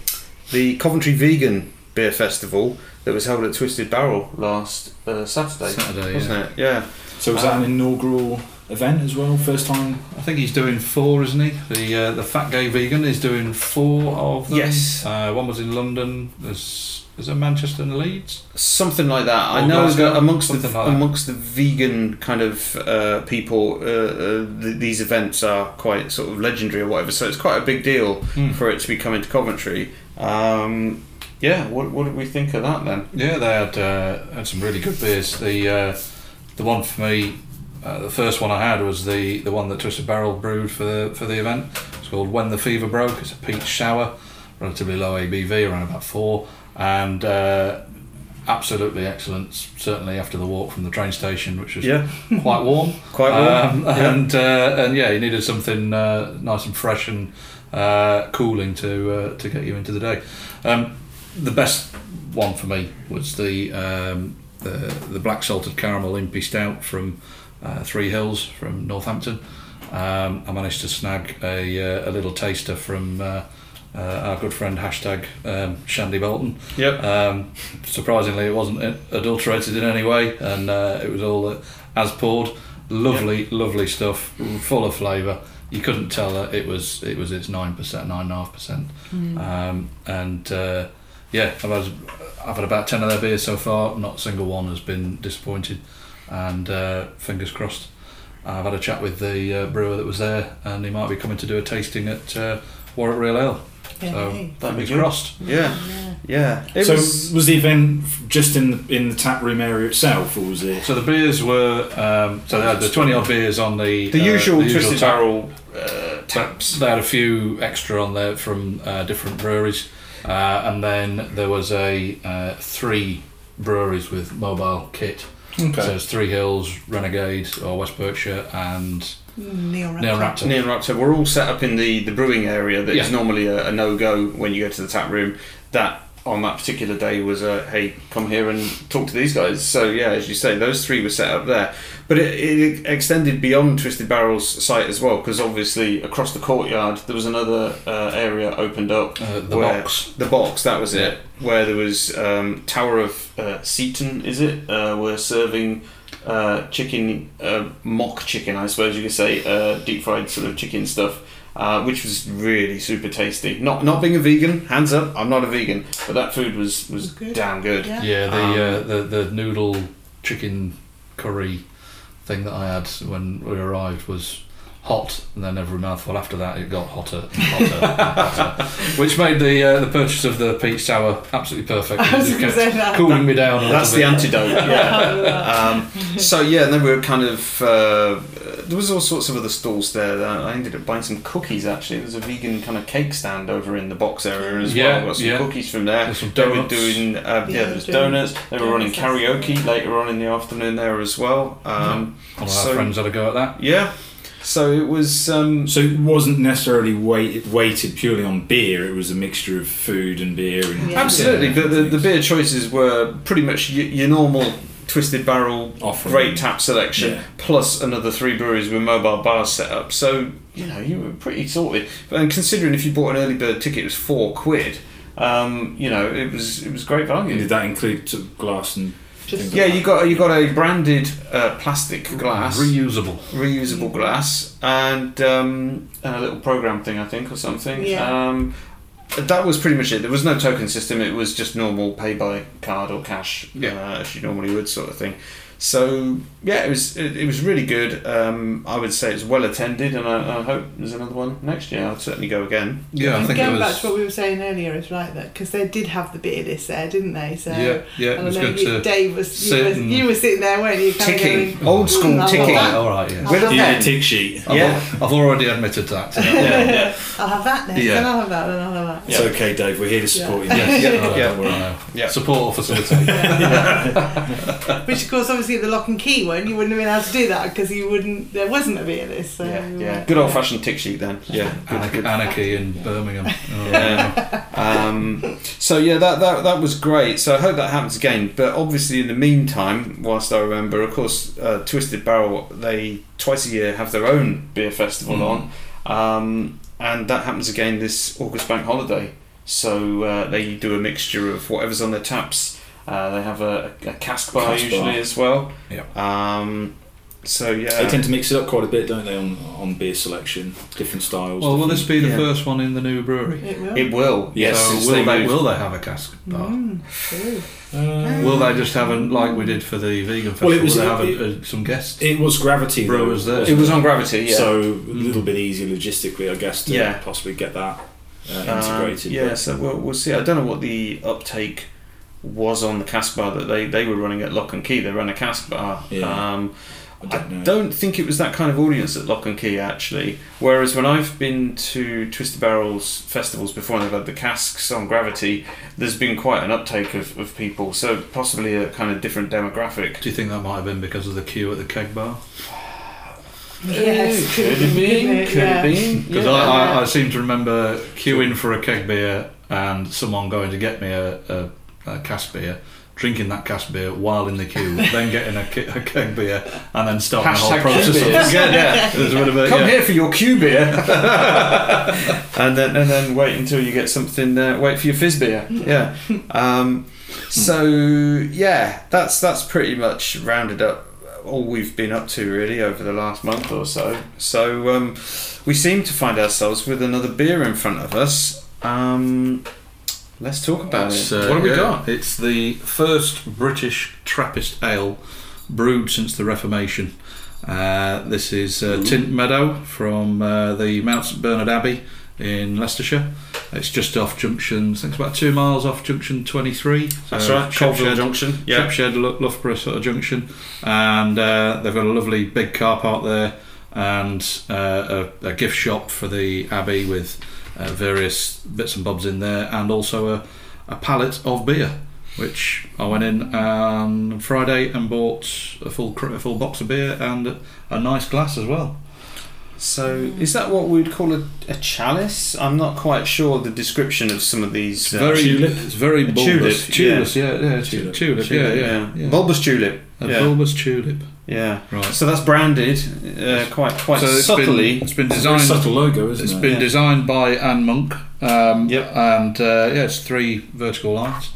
the Coventry Vegan Beer Festival that was held at Twisted Barrel last uh, Saturday,
Saturday,
wasn't
yeah.
it? Yeah.
So was that an inaugural event as well? First time?
I think he's doing four, isn't he? The uh, the fat gay vegan is doing four of them.
Yes.
Uh, one was in London. There's is there Manchester and Leeds.
Something like that. I
Or
know
Glasgow,
that amongst the
something like that.
amongst the vegan kind of uh, people, uh, uh, th- these events are quite sort of legendary or whatever. So it's quite a big deal
Hmm.
for it to be coming to Coventry. Um, yeah, what, what did we think of that then?
Yeah, they had uh, had some really good beers. The uh, the one for me Uh, the first one I had was the, the one that Twisted Barrel brewed for the, for the event. It's called When the Fever Broke. It's a peach sour, relatively low ABV, around about four, and uh, absolutely excellent. s- Certainly after the walk from the train station, which was
Yeah,
quite warm.
quite well.
Um, and uh, and yeah, you needed something uh, nice and fresh and uh, cooling to uh, to get you into the day. Um, the best one for me was the um, the, the black salted caramel impy stout from uh, Three Hills from Northampton. Um, I managed to snag a, uh, a little taster from uh, uh, our good friend hashtag um, Shandy Bolton.
Yep.
Um, surprisingly, it wasn't adulterated in any way, and uh, it was all uh, as poured. Lovely, lovely stuff, full of flavour. You couldn't tell that it was it was its nine percent, nine and a half percent,
Mm.
Um, and uh, yeah, I've had, I've had about ten of their beers so far. Not a single one has been disappointed, and uh, fingers crossed. I've had a chat with the uh, brewer that was there, and he might be coming to do a tasting at uh, Warwick Real Ale. So
Yay.
That'd be
fingers
good.
crossed.
Yeah,
Yeah.
yeah. It
so
was.
uh,
was, the event f- just in the, in the tap room area itself, or was it?
So the beers were um, so they had the twenty odd beers on the
The
uh,
usual Twisted
tap,
Barrel uh,
but
taps.
They had a few extra on there from uh, different breweries, uh, and then there was a uh, three breweries with mobile kit. So it's Three Hills, Renegade or West Berkshire, and
Neil Raptor.
Neil Raptor.
Near right, so we're all set up in the, the brewing area that is
Yeah.
normally a, a no go when you go to the tap room. That on that particular day was a hey, come here and talk to these guys. So yeah, as you say, those three were set up there, but it, it extended beyond Twisted Barrel's site as well because obviously across the courtyard there was another uh, area opened up.
Uh, the
where-
box.
The box, that was it. Where there was um, Tower of uh, Seaton, is it? Uh, were serving uh, chicken, uh, mock chicken, I suppose you could say, uh, deep fried sort of chicken stuff, uh, which was really super tasty. Not not being a vegan, hands up, I'm not a vegan, but that food was was
Good.
damn good.
Yeah.
Yeah, the
Um,
uh, the the noodle chicken curry thing that I had when we arrived was hot, and then every mouthful after that it got hotter and hotter, and
*laughs*
hotter which made the uh, the purchase of the peach sour absolutely
*laughs*
perfect.
I was going
It
to
kept
say that. *laughs*
cooling me down. A
That's the
little bit.
antidote. Yeah. um, so yeah, and then we were kind of uh, there was all sorts of other stalls there. I ended up buying some cookies. Actually, there was a vegan kind of cake stand over in the box area as
Yeah,
well. Got some
yeah.
cookies from there.
There's some
They were
donuts.
doing uh, yeah,
Yeah,
there was
doing
donuts. They were running
donuts, that's-
karaoke later on in the afternoon there as well. Um,
One of our
So-
friends had a go at that.
yeah. So it was um,
So it wasn't necessarily weight, weighted purely on beer. It was a mixture of food and beer. And
Yeah.
absolutely
Yeah.
the, the the beer choices were pretty much y- your normal twisted barrel
Offering.
great tap selection,
Yeah.
plus another three breweries with mobile bars set up. So you know you were pretty sorted. And considering if you bought an early bird ticket, it was four quid. Um, you know it was it was great
And
value.
did that include sort of glass and?
Just-
things
Yeah,
like
you got you got a branded uh, plastic glass,
reusable.
reusable
Mm-hmm.
glass, and, um, and a little program thing, I think, or something.
Yeah.
Um, that was pretty much it. There was no token system. It was just normal pay by card or cash,
Yeah.
uh, as you normally would, sort of thing. So yeah, it was it, it was really good. Um, I would say it's well attended, and I, I hope there's another one next year. I'll certainly go again.
Yeah, I think it
Going back
was.
to what we were saying earlier, is right that because they did have the beer list there, didn't they? So
Yeah, yeah, it
and
was
I know
good
you, *laughs*
to.
Dave was you,
sit
was
and-
you were sitting there, weren't you? Kind
Ticking,
Of
old school
Mm, I
ticking.
All right,
that.
all right, yeah.
I'll have
that. Yeah,
that.
tick sheet.
I've,
Yeah.
al- I've already admitted
*laughs*
that.
*laughs*
Yeah,
I'll have that next,
Yeah.
then I'll have that, then I'll have that.
It's okay, Dave. We're here to support you. Oh,
Yes, I
*laughs*
know,
Yeah.
don't worry, I know.
Yeah.
Support or facilitate.
Which, of course, obviously, the lock and key one, you wouldn't have been able to do that because you wouldn't. There wasn't a beer list. So
Yeah, yeah. Good old fashioned tick sheet then. Yeah, good,
Anarchy,
good.
anarchy in Birmingham. Oh,
Yeah. um, so yeah, that, that that was great. So I hope that happens again. But obviously, in the meantime, whilst I remember, of course, uh, Twisted Barrel they twice a year have their own beer festival
Mm.
on, um, and that happens again this August Bank Holiday. So uh, they do a mixture of whatever's on their taps. Uh, they have a, a cask bar
Cask
usually
bar.
as well.
Yep.
Um, so
They
yeah,
tend to mix it up quite a bit, don't they, on, on beer selection, different styles.
Well, will this be the
Yeah.
first one in the new brewery?
It will.
it will. Yes,
So
it's
will
the
they
move.
will they have a cask bar?
Mm, true.
Mm.
Uh,
Will they just have a like we did for the vegan festival?
Well, it was-
will they have
it-
a, a, some guests.
uh, it was gravity. though,
Brewers there.
It was on Gravity. Yeah.
So a little bit easier logistically, I guess, to
Yeah.
possibly get that uh,
Um,
integrated.
yeah, so we'll, we'll see. I don't know what the uptake was on the cask bar that they, they were running at Lock and Key. They ran a cask bar.
Yeah.
Um, I
I don't know.
don't think it was that kind of audience at Lock and Key actually. Whereas when I've been to Twisted Barrels festivals before, and they've had the casks on Gravity. There's been quite an uptake of, of people, so possibly a kind of different demographic.
Do you think that might have been because of the queue at the keg bar?
Yes.
could have been. Could have
*laughs* Yeah.
been.
Because
yeah.
I, I, I seem to remember queuing for a keg beer and someone going to get me a, a, a cask beer, drinking that cask beer while in the queue, then getting a, ke- a keg beer, and then starting the whole
Hashtag
process
keg beers.
up
*laughs*
again.
Yeah.
*laughs* It was a bit of a-
Come
yeah.
here for your Q *laughs* beer, and then and then wait until you get something. Uh, wait for your fizz beer. Yeah. Um, so yeah, that's that's pretty much rounded up all we've been up to really over the last month or so. So um, we seem to find ourselves with another beer in front of us. Um, let's talk about
It's,
it.
uh,
what have we
yeah,
got?
It's the first British Trappist ale brewed since the Reformation. Uh, this is uh, Tint Meadow from uh, the Mount St Bernard Abbey in Leicestershire. It's just off junction, I think it's about two miles off junction Uh, 23.
That's
so
right, Colville
Shropshire-
Junction.
yeah.
Yeah.
Shropshire, Lu- Loughborough sort of junction, and uh, they've got a lovely big car park there and uh, a, a gift shop for the abbey with uh, various bits and bobs in there, and also a, a pallet of beer, which I went in on Friday and bought a full cr- a full box of beer and a nice glass as well.
So is that what we'd call a, a chalice? I'm not quite sure the description of some of these. uh,
very,
tulip?
it's very
A
bulbous,
tulip,
tulip, yeah, yeah, tu-
Tulip.
tulip, yeah, yeah, yeah.
Bulbous tulip.
a
yeah.
bulbous tulip,
Yeah.
right.
So that's branded uh, quite quite
So it's
subtly.
been, uh, it's been
It's a very
designed
subtle logo, isn't
It's
it?
been
Yeah.
designed by Anne Monk. Um,
Yep.
And uh, yeah, it's three vertical lines.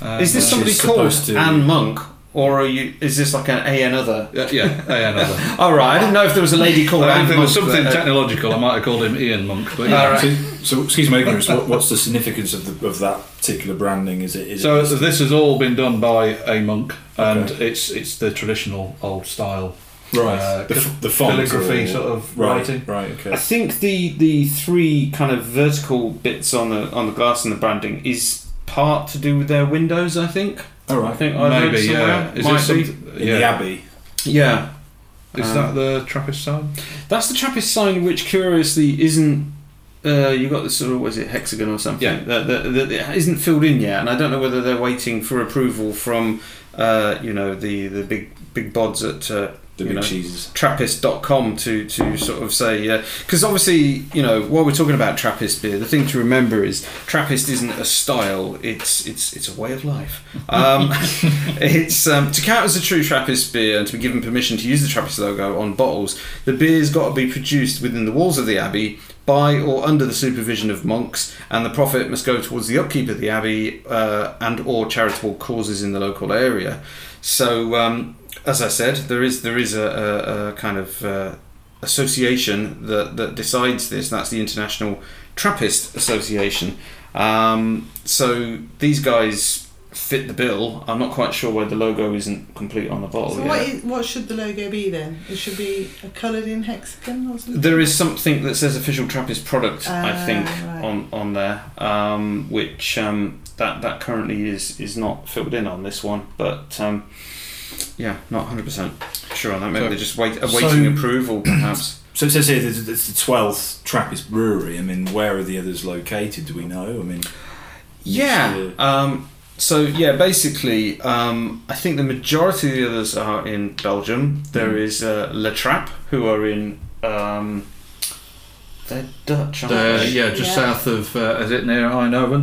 Um,
is this
Which
somebody
is
called
supposed to-
Anne Monk, or are you? Is this like an A another?
Uh, yeah,
*laughs*
yeah, another.
All right. I didn't know if there was a lady called
Well,
Anne
if it
Monk.
was something
but, uh,
technological, I might have called him Ian Monk. But yeah.
All right.
So, so excuse my ignorance. What, what's the significance of the, of that particular branding? Is it? Is
So
it,
this has all been done by a monk, and
Okay.
it's it's the traditional old style
right.
uh,
the, f- the font
calligraphy
or-
sort of
right,
writing.
Right.
I
Okay.
think the the three kind of vertical bits on the on the glass and the branding is part to do with their windows. I think.
All
I
right.
think I read
Maybe
somewhere.
yeah. Is
Might
this
be.
something?
In the
Yeah.
abbey.
Yeah.
Is
Um,
that the Trappist sign?
That's the Trappist sign, which curiously isn't. Uh, you got the sort of was it hexagon or something
Yeah.
that, that, that it isn't filled in yet, and I don't know whether they're waiting for approval from uh, you know the the big big bods at uh,
The
You
big
know.
cheeses.
Trappist.com to to sort of say because obviously you know while we're talking about Trappist beer, the thing to remember is Trappist isn't a style; it's it's it's a way of life. Um, *laughs* it's um, to count as a true Trappist beer and to be given permission to use the Trappist logo on bottles. The beer's got to be produced within the walls of the abbey. By or under the supervision of monks, and the profit must go towards the upkeep of the abbey uh, and/or charitable causes in the local area. So um, as I said, there is there is a, a, a kind of uh, association that that decides this. And that's the International Trappist Association. Um, so these guys fit the bill. I'm not quite sure why the logo isn't complete on the bottle.
So
yet.
what,
Oh,
is, what should the logo be then? It should be a coloured in hexagon or something.
there is something that says official Trappist product, I
Ah,
think,
right.
on on there, um, which um, that that currently is is not filled in on this one, but um, yeah, not hundred percent sure on that. Maybe
So-
they're just wait,
so-
awaiting approval, perhaps.
So it says here that it's the twelfth Trappist brewery. I mean, where are the others located? Do we know? I mean,
Yeah.
Yeah.
Um, so yeah, basically, um, I think the majority of the others are in Belgium. There
Mm.
is uh, La Trappe, who are in um, they're Dutch, aren't
The,
they?
yeah, just
Yeah.
south of uh, is it near Eindhoven?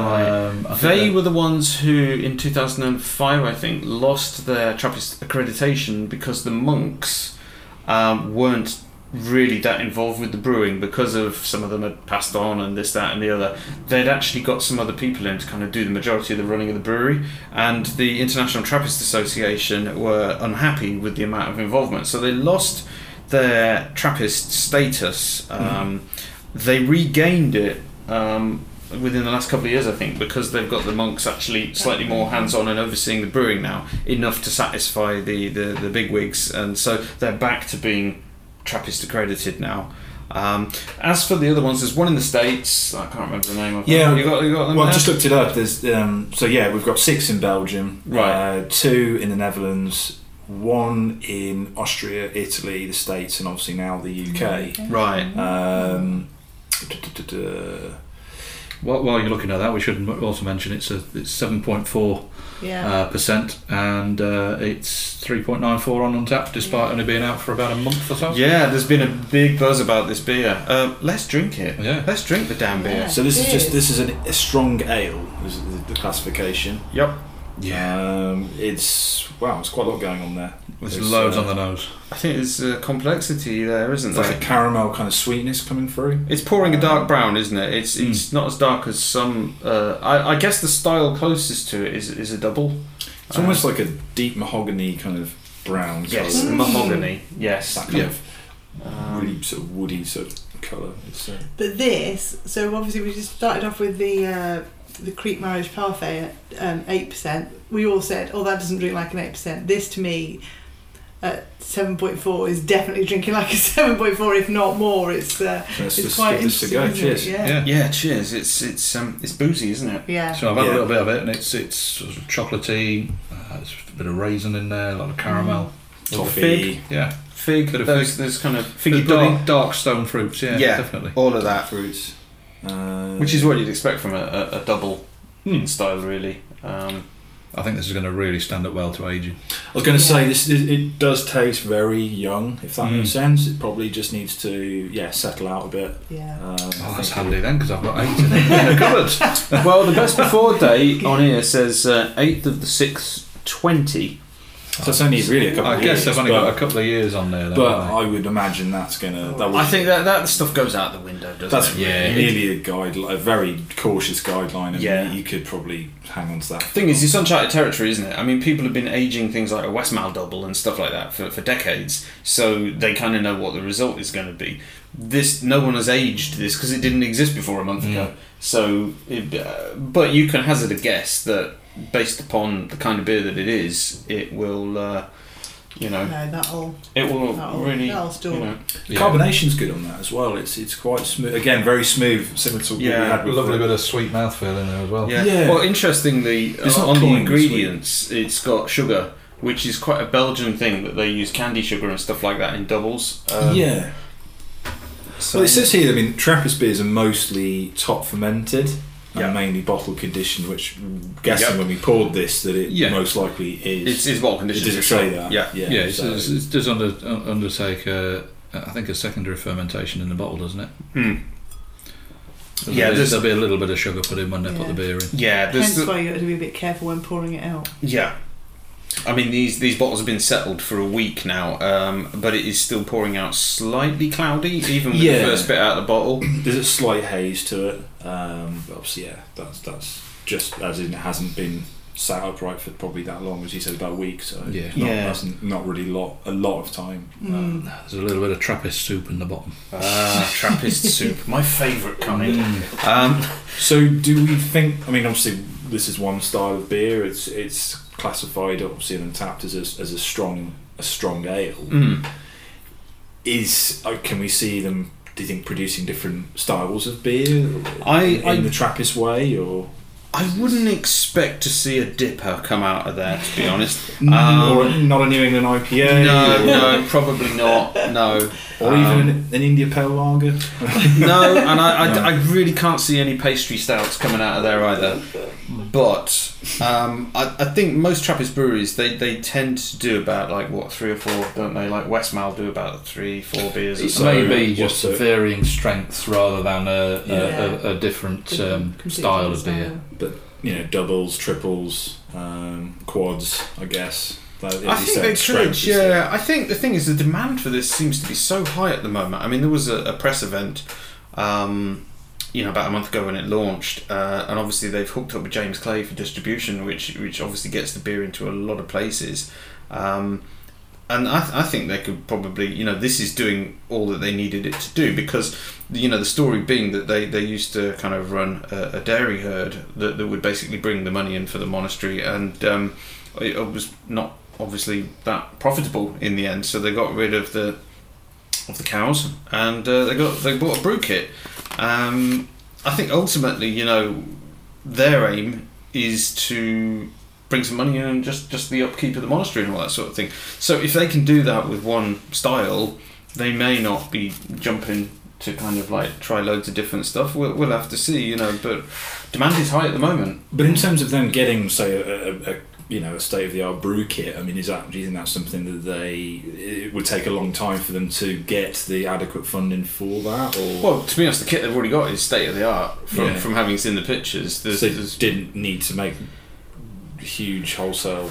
Right.
Um, I think
They
they're-
were the ones who, in 2005, I think, lost their Trappist accreditation because the monks um, weren't really that involved with the brewing because of some of them had passed on and this, that, and the other. They'd actually got some other people in to kind of do the majority of the running of the brewery, and the International Trappist Association were unhappy with the amount of involvement, so they lost their Trappist status.
Mm-hmm.
Um, They regained it. Um, within the last couple of years, I think, because they've got the monks actually slightly more hands-on and overseeing the brewing now, enough to satisfy the the, the big wigs, and so they're back to being Trappist accredited now. Um, as for the other ones, there's one in the states. I can't remember the name of.
Yeah.
you got you got them.
well, I
there?
just looked it up. There's um, so yeah, we've got six in Belgium,
Right.
Uh, two in the Netherlands, one in Austria, Italy, the States, and obviously now the UK.
Right. Mm-hmm.
Um, duh, duh, duh, duh.
While, while you're looking at that, we should also mention it's a it's seven point four
Yeah.
uh, percent and uh, it's three point nine four on untapped, despite only being out for about a month or so.
Yeah, there's been a big buzz about this beer. Um, let's drink it.
Yeah.
Let's drink the damn beer.
So this is
It
just
is.
this is an, a strong ale. Is the, the classification?
Yep.
Um, it's wow. It's quite a lot going on there.
There's
It's,
loads
uh,
on the nose.
I think there's uh, complexity there, isn't
It's
there?
like a caramel kind of sweetness coming through.
It's pouring a dark brown, isn't it? It's it's not as dark as some. Uh, I, I guess the style closest to it is is a double.
It's almost like a deep mahogany kind of brown.
Uh, yes,
colour.
Mm.
mahogany.
It's
Yes,
that kind
Yeah.
of
um,
really sort of woody sort of colour. It's, uh,
But this, so obviously we just started off with the uh, the Creek Marriage Parfait at um, 8%. We all said, oh, that doesn't drink like an 8%. This to me at 7.4 is definitely drinking like a *laughs* 7.4, if not more. It's, uh,
let's
it's
just
quite
give this a
interesting.
go.
isn't
Cheers.
It?
Yeah.
Yeah.
yeah. Cheers. It's it's um it's boozy, isn't it?
Yeah.
So I've had
Yeah.
a little bit of it, and it's it's sort of chocolatey. Uh, there's a bit of raisin in there, a lot of caramel.
Mm. Toffee.
Yeah,
Fig.
Bit of
those
fig.
those kind of
There's
figgy pudding.
dark, dark stone fruits. Yeah,
Yeah.
definitely.
All of that,
fruits. Uh,
which is what you'd expect from a, a, a double
Hmm.
in style, really. Um,
I think this is going to really stand up well to aging.
I was going to
Yeah.
say this. It, it does taste very young, if that
Mm.
makes sense. It probably just needs to yeah settle out a bit.
Yeah.
Um,
Oh, that's handy then because I've got eight
*laughs*
in the cupboard.
*laughs* well, the best before date on here says uh, eighth of the sixth, twenty.
So it's only really a couple.
I
of
guess
years,
I've only
but,
got a couple of years on there. Though,
But
haven't I?
I would imagine that's gonna. That would,
I think that that stuff goes out the window, doesn't
that's
it?
Yeah.
really a guide, a very cautious guideline. And
Yeah.
you could probably hang on to that.
Thing is, it's uncharted territory, isn't it? I mean, people have been aging things like a West Mal double and stuff like that for, for decades, so they kind of know what the result is going to be. This no one has aged this because it didn't exist before a month ago. So, it, uh, but you can hazard a guess that based upon the kind of beer that it is, it will, uh, you know,
No, that'll,
it will
that'll,
really, you
that'll store.
know,
The
Yeah.
carbonation's good on that as well. It's it's quite smooth. Again, very smooth, similar to what
Yeah,
we had with
Lovely
the-
bit of sweet mouthfeel in there as well.
Yeah.
Yeah.
Well, interestingly,
It's
uh,
not
on the
cloying,
ingredients, it's got sugar, which is quite a Belgian thing that they use candy sugar and stuff like that in doubles. Um,
yeah.
So
Well, it says here, I mean, Trappist beers are mostly top fermented
Yeah.
and mainly bottle conditioned, which I'm guessing
Yep.
when we poured this that it
Yeah.
most likely is.
it's, it's well
it
conditioned.
doesn't say that.
Yeah.
yeah. it's,
so-
it's, it does under, un- undertake, uh, I think, a secondary fermentation in the bottle, doesn't it?
Hmm.
There'll
Yeah,
be,
there's-
there'll be a little bit of sugar put in when they put
Yeah.
the beer in.
Yeah. There's
Hence
the-
why you have to be a bit careful when pouring it out.
yeah. I mean, these these bottles have been settled for a week now, um, but it is still pouring out slightly cloudy, even with
Yeah.
the first bit out of the bottle.
There's a slight haze to it. Um, but obviously, yeah, that's that's just as in it hasn't been sat upright for probably that long, as you said, about a week. So
Yeah.
it's
Yeah.
Not, that's n- not really lot a lot of time.
Mm.
Mm.
Um,
There's a little bit of Trappist soup in the bottom.
Ah, Trappist *laughs* soup, my favourite kind.
Mm.
Um,
So, do we think? I mean, obviously, this is one style of beer. It's it's classified, obviously, and tapped as a, as a strong a strong ale.
mm.
Is uh, can we see them? Do you think producing different styles of beer
I-
in,
I-
the Trappist way, or
I wouldn't expect to see a dipper come out of there, to be honest.
or
Um,
not a New England IPA,
no,
or,
no, probably not. No,
or even
Um,
an, an India Pale Lager?
no, and I, I,
No.
I really can't see any pastry stouts coming out of there either. But um, I, I think most Trappist breweries they, they tend to do about like what three or four, don't they? Like Westmalle do about three, four beers. Or
It's
so.
maybe
what's
just
the-
varying strengths rather than a,
Yeah.
a, a, a different um,
Completely
style of
style.
beer.
You know, doubles, triples, um, quads. I guess. That, as
I
you
think
said,
they could.
strength is the-
Yeah, I think the thing is the demand for this seems to be so high at the moment. I mean, there was a, a press event, um, you know, about a month ago when it launched, uh, and obviously they've hooked up with James Clay for distribution, which which obviously gets the beer into a lot of places. Um, and I, th- I think they could probably, you know, this is doing all that they needed it to do because, you know, the story being that they, they used to kind of run a, a dairy herd that, that would basically bring the money in for the monastery, and um, it, it was not obviously that profitable in the end. So they got rid of the of the cows, and uh, they got they bought a brew kit. Um, I think ultimately, you know, their aim is to bring some money in and just just the upkeep of the monastery and all that sort of thing. So if they can do that with one style, they may not be jumping to kind of like try loads of different stuff. We'll, we'll have to see, you know. But demand is high at the moment.
But in terms of them getting, say, a, a, a you know a state of the art brew kit, I mean, is that do you think that's something that they it would take a long time for them to get the adequate funding for that, or
Well, to be honest, the kit they've already got is state of the art from,
Yeah.
from having seen the pictures. There's,
so they
there's-
didn't need to make huge wholesale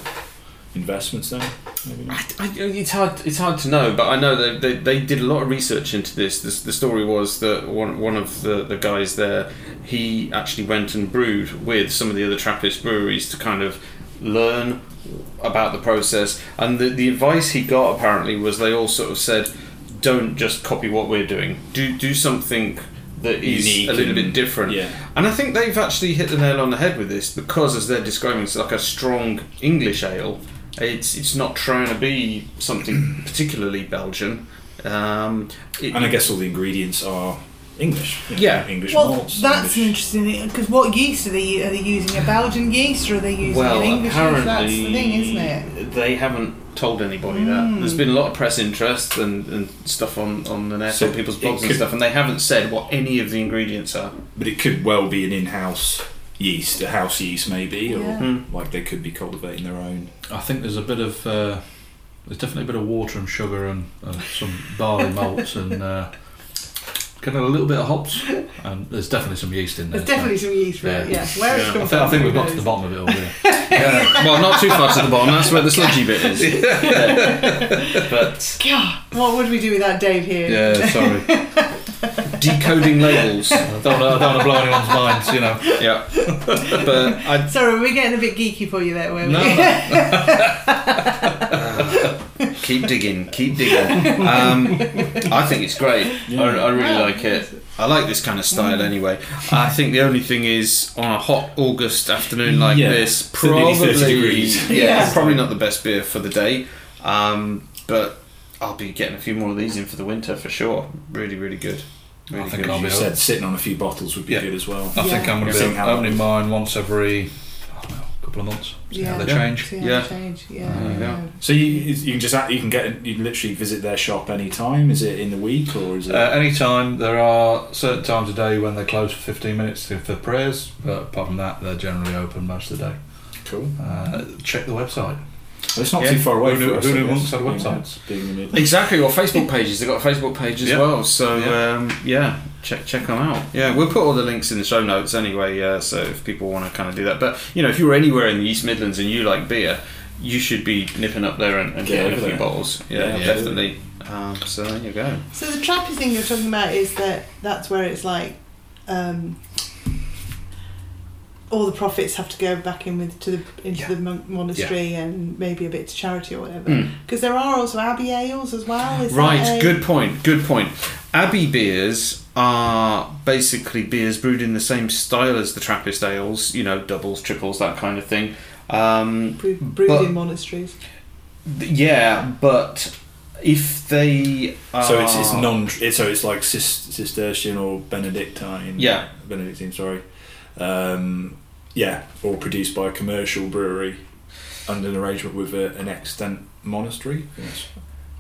investments then? Maybe not.
I, I, it's hard. It's hard to know, but I know they, they, they did a lot of research into this. this. The story was that one one of the, the guys there, he actually went and brewed with some of the other Trappist breweries to kind of learn about the process. And the the advice he got apparently was they all sort of said, don't just copy what we're doing. Do do something that is
Unique
a little bit
and-
different.
Yeah.
And I think they've actually hit the nail on the head with this because, as they're describing, it's like a strong English ale. It's it's not trying to be something *coughs* particularly Belgian. Um, it-
And I guess all the ingredients are English. you know,
Yeah.
English
Well,
malts.
that's an
English-
interesting because what yeast are they are they using? A Belgian yeast or are they using
well,
an English yeast? That's
apparently
the thing, isn't it? Hmm.
they haven't told anybody that. There's been a lot of press interest and, and stuff on on the net
So
on people's
it
blogs and
could-
stuff, and they haven't said what any of the ingredients are.
but it could well be an in-house yeast, a house yeast maybe, or
Yeah.
Hmm.
*laughs*
like they could be cultivating their own.
I think there's a bit of uh, there's definitely a bit of water and sugar and, and some barley malts and uh, kind of a little bit of hops and there's definitely some yeast in there.
There's definitely some yeast for it. Yeah, where it's
Yeah.
come from.
I, think, I think
who
we've got to the
knows?
bottom of it all here.
Well, not too far to the bottom. That's where the sludgy bit is.
*laughs*
But
God, what would we do without Dave here?
Yeah, sorry.
decoding
*laughs*
labels.
don't want to blow anyone's minds, you know.
Yeah. But I,
Sorry, we're getting a bit geeky for you there, were *laughs* we?
No,
keep digging, keep digging. Um, I think it's great. I, I really
Wow.
like it. I like this kind of style anyway. I think the only thing is on a hot August afternoon like
Yeah.
this,
It's gonna
probably
be 30
*laughs*
degrees.
Yeah,
Yeah.
it's probably not the best beer for the day. Um, but I'll be getting a few more of these in for the winter for sure. Really, really good. Really
I think
good.
I'll
As
be
you
all-
said, sitting on a few bottles would be
Yeah.
good as well.
I think
Yeah.
I'm going
Yeah.
to be opening mine once every I don't know, couple of months. See how
Yeah.
they change.
See how
Yeah.
they change. Yeah.
Uh, yeah.
So you, you can just act- you can get you can literally visit their shop any time. Is it in the week or is it?
Uh, any time there are certain times of day when they close for 15 minutes to- for prayers, but apart from that, they're generally open most of the day.
cool.
Uh, check the website.
Well, it's not
Yeah.
too far away.
Who
for
knew-
us,
who
I
knew
guess.
once had
You know,
websites?
being in the-
Exactly, or Facebook pages. They've got a Facebook page as
Yeah.
well. So
Yeah.
yeah. Um, yeah, check check them out. Yeah, we'll put all the links in the show notes anyway. Uh, so if people want to kind of do that, but you know, if you were anywhere in the East Midlands and you like beer, you should be nipping up there and, and
Get
getting a
over
few
there.
bottles.
Yeah,
Yeah,
absolutely.
definitely. Um, so there you go.
So the trappy thing you're talking about is that that's where it's like um, all the profits have to go back in with to the into
Yeah.
the mon- monastery and maybe a bit to charity or whatever.
Mm.
Because there are also abbey ales as well. Is that
Right,
a-
good point. Good point. Abbey beers are basically beers brewed in the same style as the Trappist ales. You know, doubles, triples, that kind of thing. Um,
Bre- brewed
but-
in monasteries.
Yeah, but if they are,
So it's,
Ah.
it's non. It's, so it's like Cis- Cistercian or Benedictine.
Yeah.
Benedictine. Sorry. Um, yeah, or produced by a commercial brewery under an arrangement with a, an extant monastery. Yes.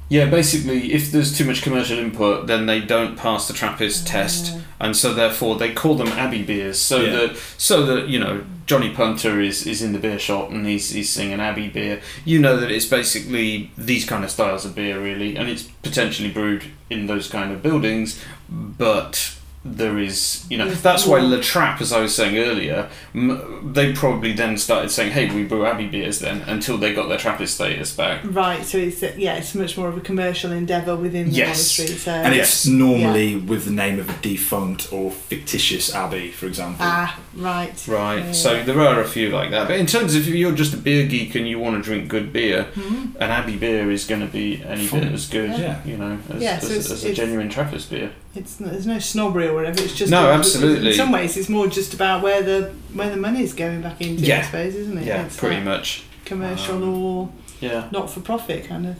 Yeah, basically, if there's too much commercial input, then they don't pass the Trappist test, and so therefore they call them abbey beers. So
Yeah.
that so that you know Johnny Punter is, is in the beer shop and he's he's singing abbey beer. You know that it's basically these kind of styles of beer, really, and it's potentially brewed in those kind of buildings, but. There is, you know,
There's
that's why La
more.
Trappe, as I was saying earlier, m- they probably then started saying, "Hey, we brew abbey beers." Then until they got their Trappist status back.
Right, so it's yeah, it's much more of a commercial endeavour within the
Yes.
monastery. So
And
Yes.
it's normally with the name of a defunct or fictitious abbey, for example.
ah, right,
Right,
Yeah.
so there are a few like that. But in terms of if you're just a beer geek and you want to drink good beer,
Mhm.
an Abbey beer is going to be any
Fine.
bit as good,
Yeah.
you know, as,
Yeah, so
as,
it's-
as a
it's-
genuine Trappist beer.
It's n- there's no snobbery or whatever. It's just
No,
a-
absolutely.
In some ways, it's more just about where the where the money's going back into. I
Yeah.
suppose, isn't it?
Yeah,
It's
pretty
like
much.
commercial
Um,
or
Yeah.
not for profit kind of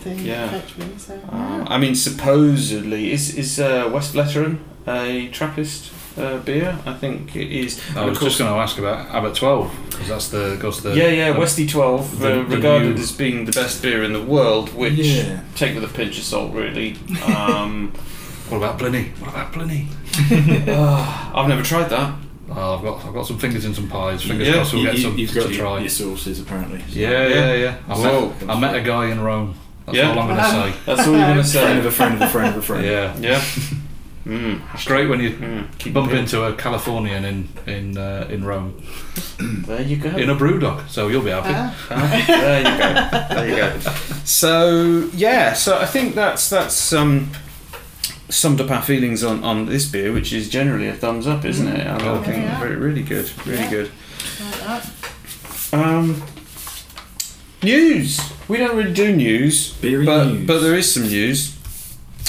thing
Yeah.
fetch me. So
Um, I mean, supposedly is is uh, West Letteran a Trappist uh, beer? I think it is.
I
And
was
of course-
just going to ask about Abbott 12 because that's the goes to the
yeah, yeah, Westy Twelve,
the-
uh,
the
regarded
new-
as being the best beer in the world, which
Yeah.
take with a pinch of salt,
*laughs*
really. Um,
What about Pliny? What about Pliny?
uh, I've never tried that.
Oh, I've got I've got some fingers in some pies. Fingers
Yeah,
crossed we'll
you,
get
you-
some
you've
to
got your,
try.
your sources apparently. so-
Yeah, yeah, yeah. I,
Whoa.
met, I met a guy in Rome. That's
Yeah.
all I'm going to say.
That's all
*laughs*
you're gonna
Friend of
say.
a friend of a friend of a friend.
Yeah.
*laughs*
*laughs*
Yeah. Mm.
It's great when you
Mm. Keep
bump
it.
into a Californian in in uh, in Rome
There you
Oh.
go.
in a brew dog, so you'll be happy.
Ah, there you go. There you go. So yeah, so I think that's that's um, summed up our feelings on, on this beer, which is generally a thumbs up, isn't it? I,
Oh,
I think
yeah.
re- really good, really
Yeah.
good.
like that.
Um, news. We don't really do news,
Beery
but
news.
but there is some news.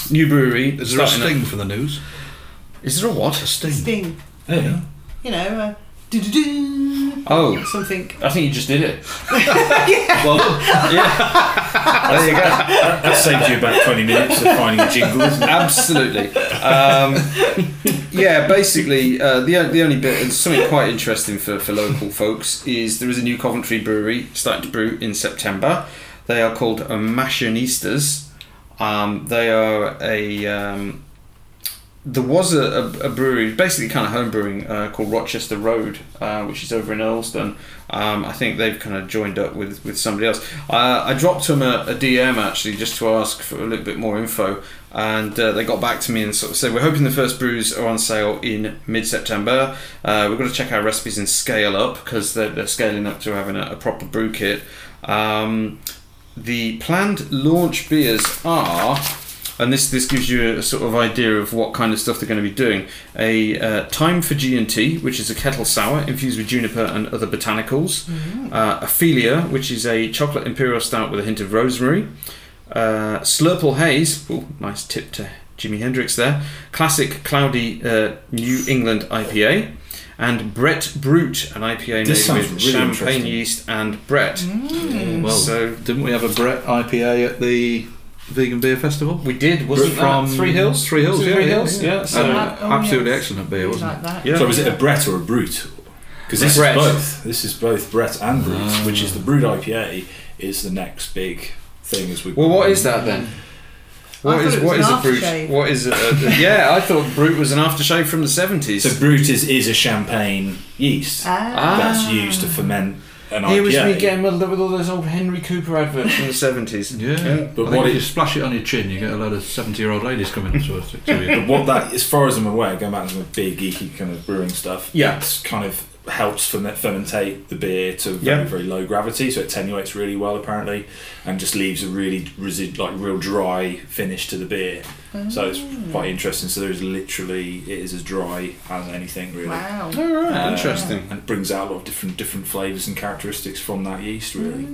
New brewery.
Is there a
starting
sting for the news?
up- Is there a what?
A sting.
Sting.
There you go.
You know, uh, do do do
Oh,
something.
I think you just did
*laughs*
it. Well done. Yeah.
*laughs*
There you go.
That saved you about 20 minutes of finding a jingle, isn't it?
Absolutely. Um, yeah, basically, uh, the, the only bit, and something quite interesting for, for local folks, is there is a new Coventry brewery starting to brew in September. They are called uh, Machinistas. Um, they are a. Um, there was a, a, a brewery, basically kind of home brewing, uh, called Rochester Road, uh, which is over in Earlston. Um, I think they've kind of joined up with, with somebody else. Uh, I dropped them a, a DM actually just to ask for a little bit more info, and uh, they got back to me and sort of said, We're hoping the first brews are on sale in mid September. Uh, we've got to check our recipes and scale up because they're, they're scaling up to having a, a proper brew kit. Um, the planned launch beers are, and this this gives you a sort of idea of what kind of stuff they're going to be doing. A uh, time for G and T, which is a kettle sour infused with juniper and other botanicals.
Mm-hmm.
Uh, Ophelia, which is a chocolate imperial stout with a hint of rosemary. Uh, Slurple Haze, ooh, nice tip to Jimi Hendrix there. Classic cloudy uh, New England IPA. And Brett Brute, an IPA
This
made
sounds
with
really
champagne
interesting.
yeast and Brett.
Mm.
Well,
So-
didn't we have a Brett IPA at the Vegan Beer Festival?
We did, wasn't
Uh, from
that? Three Hills?
Three Hills,
Was it
yeah,
Three
yeah,
Hills,
yeah.
yeah. So,
Um,
Oh,
absolutely
yes.
excellent beer, wasn't
like that.
Yeah.
So is it a Brett or a Brute? Because this
Brett.
is both. This is both Brett and Brute,
Ah.
which is the Brute IPA is the next big thing as we.
well, what is that then? What
thought
is
it
what
was
is
an
a brute?
aftershave.
What is it? yeah, I thought brute was an aftershave from the seventies.
So Brute is, is a champagne yeast
Ah.
that's used to ferment an IPA.
Here was me getting muddled up with all those old Henry Cooper adverts from the seventies.
it? Yeah.
But
But
what
if
it-
you splash it on your chin, you get a load of 70 year old ladies coming to, *laughs* to you.
But what that, as far as I'm aware, going back to the beer geeky kind of brewing stuff,
Yeah.
it's kind of helps ferment, fermentate the beer to very
Yeah.
very low gravity, so it attenuates really well apparently, and just leaves a really resi- like real dry finish to the beer. So
Mm.
it's quite interesting. So there is literally it is as dry as anything really.
Wow.
All right,
Uh,
interesting.
and it brings out a lot of different different flavors and characteristics from that yeast really.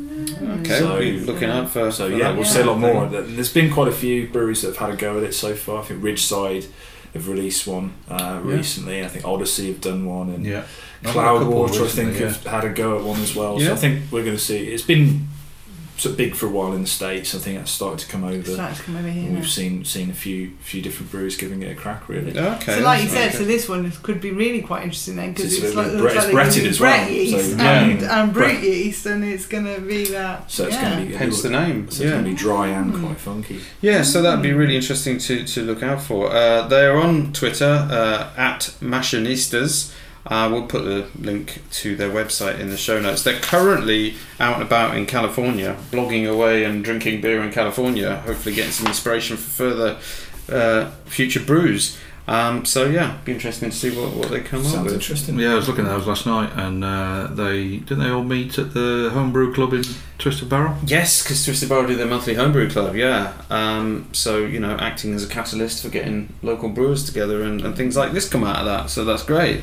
Okay,
So-
we'll be looking out for.
So
for
yeah,
that
we'll
one.
see a lot more. There's been quite a few breweries that have had a go at it so far. I think Ridgeside have released one uh,
Yeah.
recently. I think Odyssey have done one, and
Yeah.
Cloudwater I
Recently,
think have had a go at one as well.
Yeah.
So I think we're going to see. It's been sort of big for a while in the states. I think that's started to come over.
It's like to come over
and
here.
We've seen seen a few few different breweries giving it a crack really.
Okay.
so, like you
that's
said,
okay.
so this one could be really quite interesting then
It's
because
a
it's,
bit
like,
of
looks
Brett- it's
like they're
Bretted
using
as well,
Brett yeast
so-
and,
Yeah.
and Brett
Brett-
yeast, and it's going to be that.
So it's
yeah.
going to be
Hence the name.
So it's
yeah.
going to be dry and
Mm.
quite funky.
Yeah, so that'd be really interesting to, to look out for. Uh, they're on Twitter uh, at Machinistas. Uh, we'll put the link to their website in the show notes. They're currently out and about in California, blogging away and drinking beer in California, hopefully getting some inspiration for further uh, future brews. Um, so, yeah, be interesting to see what, what they come up
Sounds
with.
interesting.
Yeah, I was looking at those last night, and uh, they didn't they all meet at the homebrew club in Twisted Barrel.
Yes, because Twisted Barrel do their monthly homebrew club, yeah. Um, so, you know, acting as a catalyst for getting local brewers together and, and things like this come out of that, so that's great.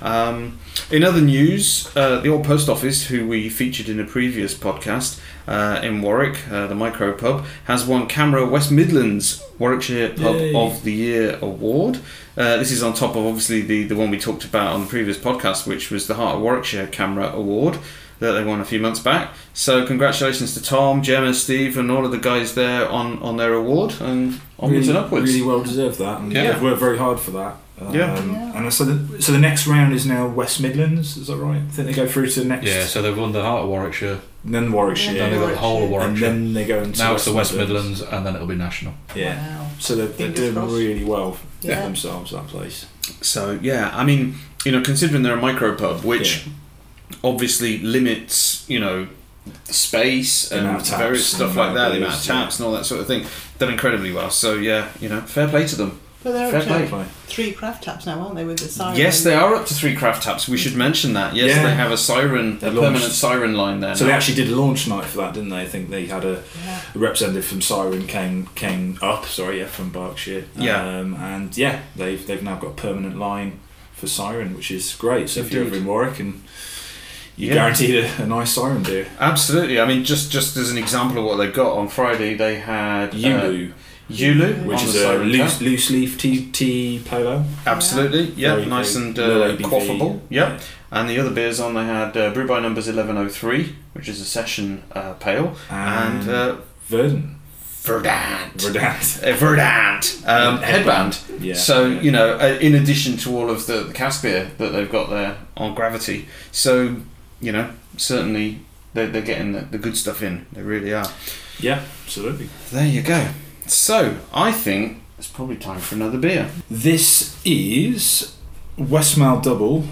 Um, in other news, uh, the Old Post Office, who we featured in a previous podcast uh, in Warwick, uh, the micro pub, has won Camera West Midlands Warwickshire Pub
Yay.
of the Year award. Uh, this is on top of obviously the, the one we talked about on the previous podcast, which was the Heart of Warwickshire Camera Award. that they won a few months back. So congratulations to Tom, Gemma, Steve, and all of the guys there on, on their award and onwards
really,
and upwards.
really well deserved that, and
Yeah.
they've worked very hard for that. Um,
Yeah.
Yeah.
And so the, so the next round is now West Midlands, is that right? I think they go through to the next,
Yeah, so they've won the heart of Warwickshire,
then Warwickshire,
then they've got the whole of
and
Warwickshire.
then they go into
Now it's the West Midlands, and then it'll be national.
Yeah.
Wow.
So they're, they're
Fingers
doing
crossed.
really well for
Yeah.
themselves, that place.
So yeah, I mean, you know, considering they're a micro pub, which obviously limits, you know, space
The
and
amount of taps
various
and
stuff
the
like
amount
that,
of
the amount of
booze, yeah.
taps and all that sort of thing, done incredibly well. So yeah, you know, fair play to them.
Well, they're
Fair
up to
play.
Anyway,
three craft taps now, aren't they, with the siren?
Yes, they are up to three craft taps. We should mention that. Yes,
Yeah.
they have a siren,
They
a
launched-
permanent siren line there.
So they
now.
actually did a launch night for that, didn't they? I think they had a
Yeah.
representative from Siren came came up, sorry, yeah, from Berkshire.
Yeah.
Um, and yeah, they've they've now got a permanent line for Siren, which is great. So if you're
Indeed.
ever in Warwick and you're
Yeah.
guaranteed a, a nice Siren beer.
Absolutely. I mean, just just as an example of what they've got on Friday, they had uh,
Yulu,
Yulu,
which
on
is
the
a
siren
loose,
tap.
loose leaf tea, tea polo.
Absolutely, yeah,
Very
nice
big,
and
low
uh,
ABV.
quaffable. Yeah. And the other beers on, they had uh, Brew by Numbers 1103, which is a session uh, pale,
And,
and uh,
Verdant.
Verdant.
Verdant.
A Verdant um,
Headband.
headband.
Yeah.
so,
yeah.
you know, uh, in addition to all of the, the cask beer that they've got there on Gravity. So, you know, certainly they're, they're getting the, the good stuff in. They really are.
Yeah, absolutely.
There you go. So, I think it's probably time for another beer.
This is Westmail Double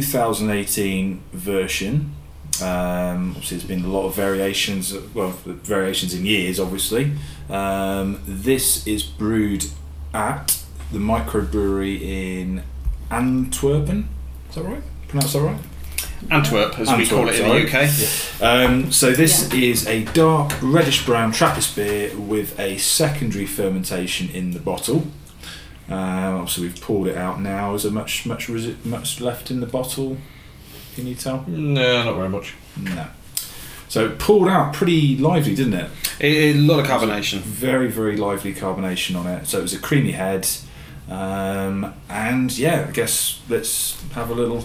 2018 version. Um, obviously, there's been a lot of variations, well, variations in years, obviously. Um, this is brewed at the microbrewery in Antwerpen. Is that right? Pronounced that right?
Antwerp, as we
Antwerp,
call it in
sorry.
the UK.
Um, so this is a dark reddish brown Trappist beer with a secondary fermentation in the bottle. Um, obviously, we've poured it out now. Is there much much resi- much left in the bottle? Can you tell?
No, not very much.
No. So it poured out pretty lively, didn't it?
A, a lot of carbonation.
Very very lively carbonation on it. So it was a creamy head, um, and yeah, I guess let's have a little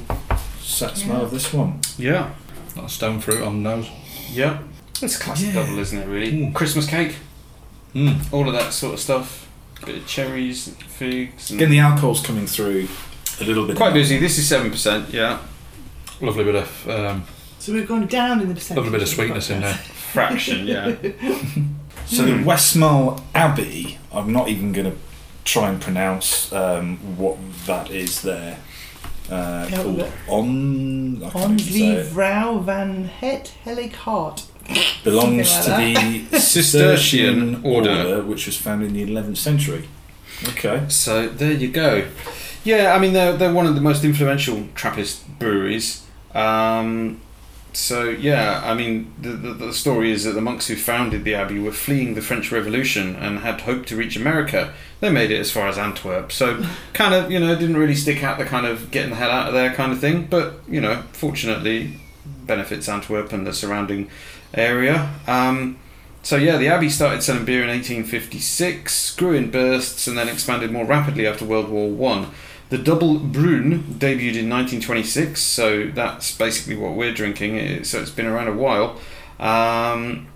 set smell of this one.
Yeah,
Not a stone fruit on the nose.
yeah. It's a classic
Yeah.
double, isn't it? Really,
Mm.
Christmas cake,
Mm.
all of that sort of stuff. Bit of cherries, and figs.
Again,
And
the alcohol's coming through a little bit.
quite busy. This is seven percent. Yeah,
Lovely bit of um,
So we've gone down in the percentage.
lovely bit of sweetness in there.
fraction. Yeah,
So the
Hmm.
Westmull Abbey, I'm not even going to try and pronounce um, what that is there. Uh,
Yeah,
called
but-
on, I can't even say
Only
it.
Vrouw van het Helig Hart.
belongs to
Something
the Cistercian
Cistercian order.
order, which was founded in the 11th century. Okay.
So there you go. Yeah, I mean they're, they're one of the most influential Trappist breweries. Um, so yeah, I mean the, the the story is that the monks who founded the abbey were fleeing the French Revolution and had hoped to reach America. They made it as far as Antwerp, so kind of you know didn't really stick out the kind of getting the hell out of there kind of thing. But you know, fortunately, benefits Antwerp and the surrounding area. Um, so yeah, the Abbey started selling beer in 1856, grew in bursts, and then expanded more rapidly after World War One. The Double Brune debuted in 1926, so that's basically what we're drinking. it- So it's been around a while. Um,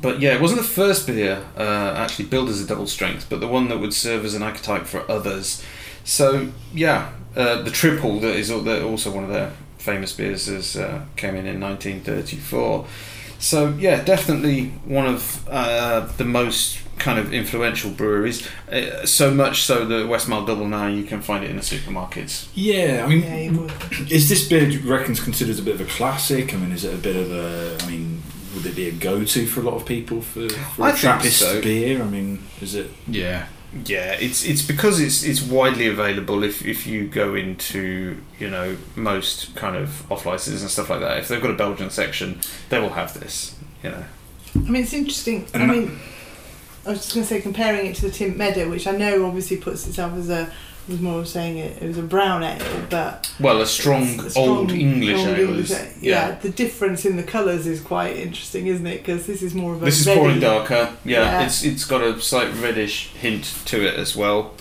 but yeah, it wasn't the first beer uh, actually billed as a double strength, but the one that would serve as an archetype for others. So yeah, uh, the triple that is al- that also one of their famous beers is, uh, came in in 1934. So yeah, definitely one of uh, the most kind of influential breweries. Uh, so much so that West Mile Double now you can find it in the supermarkets.
Yeah, I mean,
Yeah, you would.
is this beer, do you reckon, considered a bit of a classic? I mean, is it a bit of a, I mean, would it be a go-to for a lot of people for, for
I
a
think
Trappist
so.
beer? I mean, is it?
*laughs* Yeah,
Yeah, it's it's because it's it's widely available. If if you go into you know most kind of off licenses and stuff like that, if they've got a Belgian section, they will have this. You know.
I mean, it's interesting. I
And-
mean, I was just going to say comparing it to the Tint Meadow, which I know obviously puts itself as a was more of saying it, it was a brown ale, but
Well, a strong,
it's a
old English
old
ale
English
is
ale. the difference in the colours is quite interesting, isn't it? Because this is more of a
This is
reddy-
pouring darker.
Yeah.
yeah, it's it's got a slight reddish hint to it as well.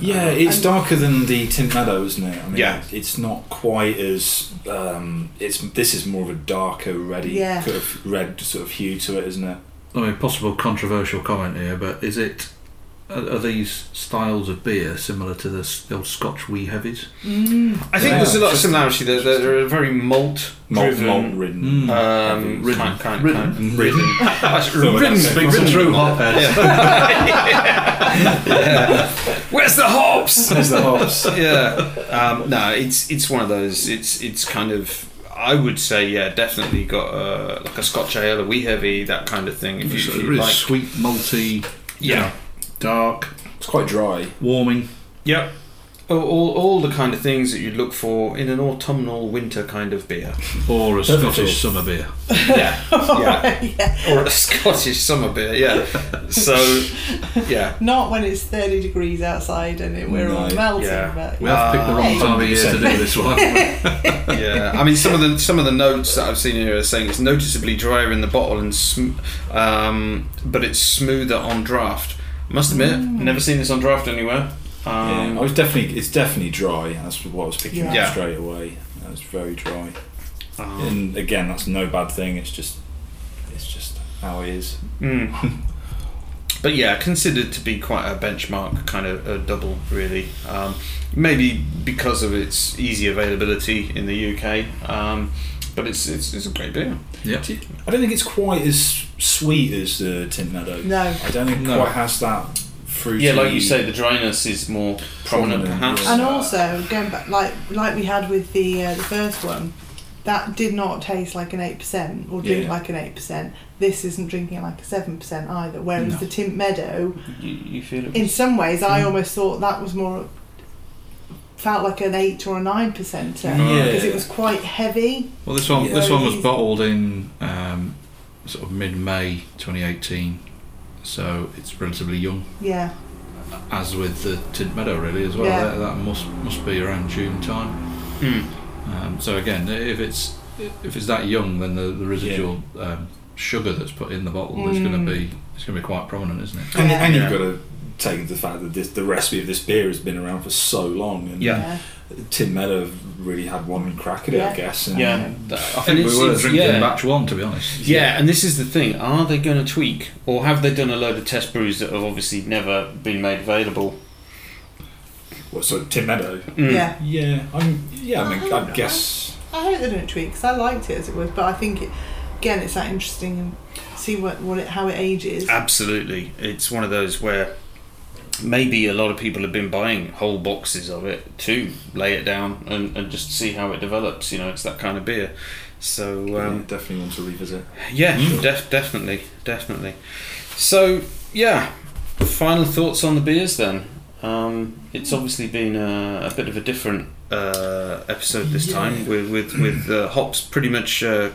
Yeah, it's
Um, And-
darker than the Tint Meadow, isn't it? I mean,
Yeah.
it's not quite as. Um, it's this is more of a darker, reddy
Yeah.
sort of red sort of hue to it, isn't it?
I mean, possible controversial comment here, but is it are, are these styles of beer similar to the s- old Scotch wee *laughs* heavies?
Mm.
I think
Yeah.
there's a lot of similarity. They're, they're, they're a very malt
Malt,
driven,
malt ridden. Um,
Mm.
um,
Ridden.
kind, kind,
Ridden.
kind-
Ridden.
ridden. That's
Someone
ridden.
else speaks
Ridden.
a
true
Yeah.
*laughs* hothead.
*laughs* Yeah. Where's the hops?
There's the hops.
yeah. Um, no, it's it's one of those. It's it's kind of. I would say yeah, definitely got uh, like a Scotch ale, a wee heavy, that kind of thing. If you,
It's
if
a
you
really
like,
sweet, malty,
yeah,
dark,
It's quite dry.
warming.
yep. All, all, all the kind of things that you'd look for in an autumnal winter kind of beer.
Or a
Perfect.
Scottish summer beer.
Yeah,
*laughs*
yeah.
yeah.
Or a *laughs* Scottish summer beer. Yeah. So, yeah.
Not when it's 30 degrees outside and it, we're all
No,
melting.
yeah.
But
We have picked the wrong
Uh,
time of year to do this one.
yeah, I mean, some of the some of the notes that I've seen here are saying it's noticeably drier in the bottle and, sm- um, but it's smoother on draft. I must admit, never seen this on draft anywhere. Um,
yeah, I was definitely. It's definitely dry. That's what I was picking up
Yeah.
straight away. That's very dry.
um,
And again, that's no bad thing. It's just, it's just how it is.
mm. But yeah, considered to be quite a benchmark kind of a double, really. Um, maybe because of its easy availability in the UK, um, but it's, it's it's a great beer.
yeah.
I don't think it's quite as sweet as the Tint Meadow.
no.
I don't think it
No.
quite has that fruity.
Yeah, like you say, the dryness is more prominent,
Prominent,
perhaps.
yeah.
And also, going back, like like we had with the uh, the first one, that did not taste like an eight percent or drink
Yeah.
like an eight percent. This isn't drinking like a seven percent either. Whereas
No.
the Tint Meadow,
You, you feel it.
in some ways, I almost thought that was more felt like an eight or a nine percent because it was quite heavy.
Well, this one
Yeah.
this one was
Very-
bottled in um, sort of mid May 2018, so it's relatively young.
Yeah,
As with the Tint Meadow, really as well.
Yeah.
That, that must must be around June time.
Mm.
Um, so again, if it's if it's that young, then the, the residual um, sugar that's put in the bottle is going
Mm.
to be it's going to be quite prominent, isn't it?
And,
Yeah.
and
Yeah.
you've got to take into the fact that this, the recipe of this beer has been around for so long, and
Yeah.
Tim Meadow really had one crack at it,
Yeah.
I guess. And
Yeah,
I think we were drinking
yeah.
batch one, to be honest.
Yeah, and this is the thing: are they going to tweak, or have they done a load of test brews that have obviously never been made available?
Well, so Tim Meadow.
Mm.
yeah.
Yeah, I'm. Yeah, I mean,
I
I,
don't know.
guess.
I hope they don't tweak because I liked it as it was, but I think it, again, it's that interesting and see what what it how it ages.
Ah. absolutely. It's one of those where maybe a lot of people have been buying whole boxes of it to lay it down and, and just see how it develops. You know, it's that kind of beer. So
yeah,
um,
definitely want to revisit.
yeah,
Mm.
def- definitely, definitely. So yeah, final thoughts on the beers then. Um, it's obviously been a, a bit of a different uh, episode this
Yeah.
time with with with uh, hops pretty much uh,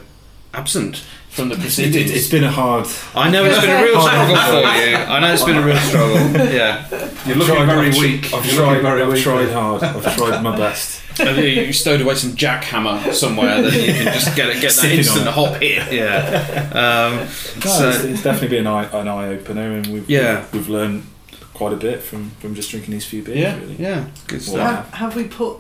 absent from *laughs* the
It,
proceedings.
it, it's been a hard.
I know it's been a *laughs* real
Oh,
struggle
no.
for you. I know it's been a real struggle. *laughs* Yeah, you're looking
tried-
very
I've tr-
weak.
I've
You're
tried.
looking very
I've
weak.
tried hard.
*laughs*
I've tried my best.
And you- you stowed away some jackhammer somewhere that you can just get get that
Sitting on
instant
it.
hop hit. Yeah. Um,
No,
So-
it's, it's definitely been an eye, an eye opener, and we've
Yeah.
we've learned quite a bit from from just drinking these few beers.
yeah,
really.
yeah, good stuff.
Wow.
Have, have we put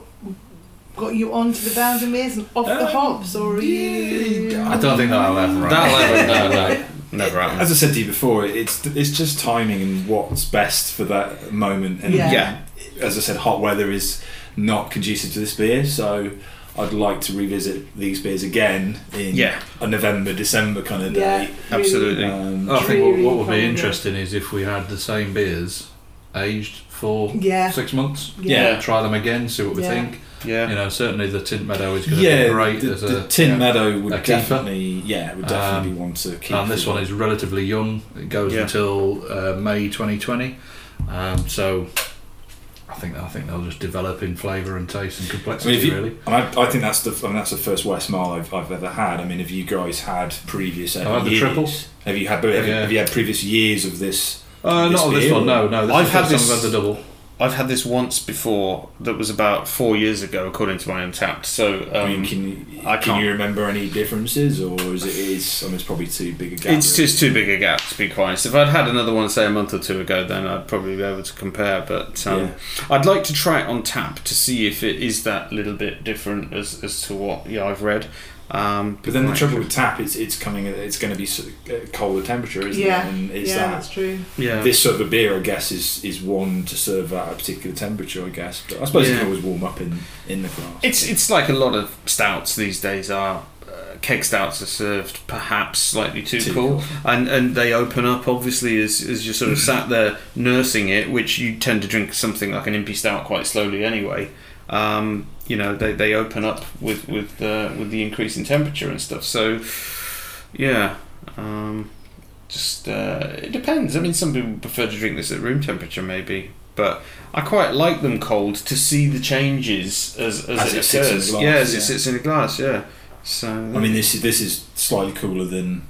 got you onto the bounds and mirrors and off the
Um,
hops, or are you?
yeah,
I don't think that'll happen. Right?
That'll ever, no, *laughs* no, never happen.
As I said to you before, it's it's just timing and what's best for that moment. And
Yeah.
Yeah.
as I said, hot weather is not conducive to this beer, so I'd like to revisit these beers again in
Yeah.
a November, December kind of
Yeah,
day.
Absolutely.
Um,
I think what, what would
Really
be interesting is if we had the same beers aged for
Yeah.
six months.
Yeah.
Try them again, see what we
Yeah.
think.
Yeah.
You know, certainly the Tint Meadow is going to
yeah,
be great
the,
as
the
a
Tin
yeah,
Meadow would
a keeper.
definitely, yeah, would definitely be one to keep.
and this
for-
one is relatively young. It goes
Yeah.
until uh, May 2020. Um, so I think I think they'll just develop in flavour and taste and complexity.
I mean, if you-
really,
And I, I think that's the I mean, that's the first West Mile I've, I've ever had. I mean, have you guys had previous?
I've had the
years?
triple.
Have you had? Have, you-
Yeah.
have you had previous years of this?
Uh,
This
not on this
beer
one.
or-
No, no. This
I've
is the
had
first time
this-
I've had the double.
I've had this once before that was about four years ago, according to my Untapped. So um,
I mean, can,
I
can
can't-
you remember any differences, or is it is? I mean, it's probably too big a gap.
it's just too big a gap, to be quite honest. If I'd had another one, say a month or two ago, then I'd probably be able to compare. But um,
Yeah.
I'd like to try it on tap to see if it is that little bit different as, as to what yeah I've read. Um,
But then the
like-
trouble with tap, it's it's coming. at- It's going to be s- uh, colder temperature, isn't
Yeah,
it? And it's
yeah,
that
that's true.
yeah,
this sort of beer, I guess, is is one to serve at a particular temperature. I guess, but I suppose it
Yeah.
can always warm up in in the glass.
It's it's like a lot of stouts these days are. Uh, keg stouts are served perhaps slightly too,
Too
cool,
cool.
and and they open up obviously as as you sort
Mm.
of sat there nursing it, which you tend to drink something like an impy stout quite slowly anyway. Um, you know they, they open up with with uh, with the increase in temperature and stuff. So yeah. Um, just uh, it depends. I mean, some people prefer to drink this at room temperature, maybe, but I quite like them cold to see the changes as as,
As
it,
it sits in
occurs.
the glass,
yeah, as
yeah.
it sits in a glass. Yeah. So
I mean, this is this is slightly cooler than.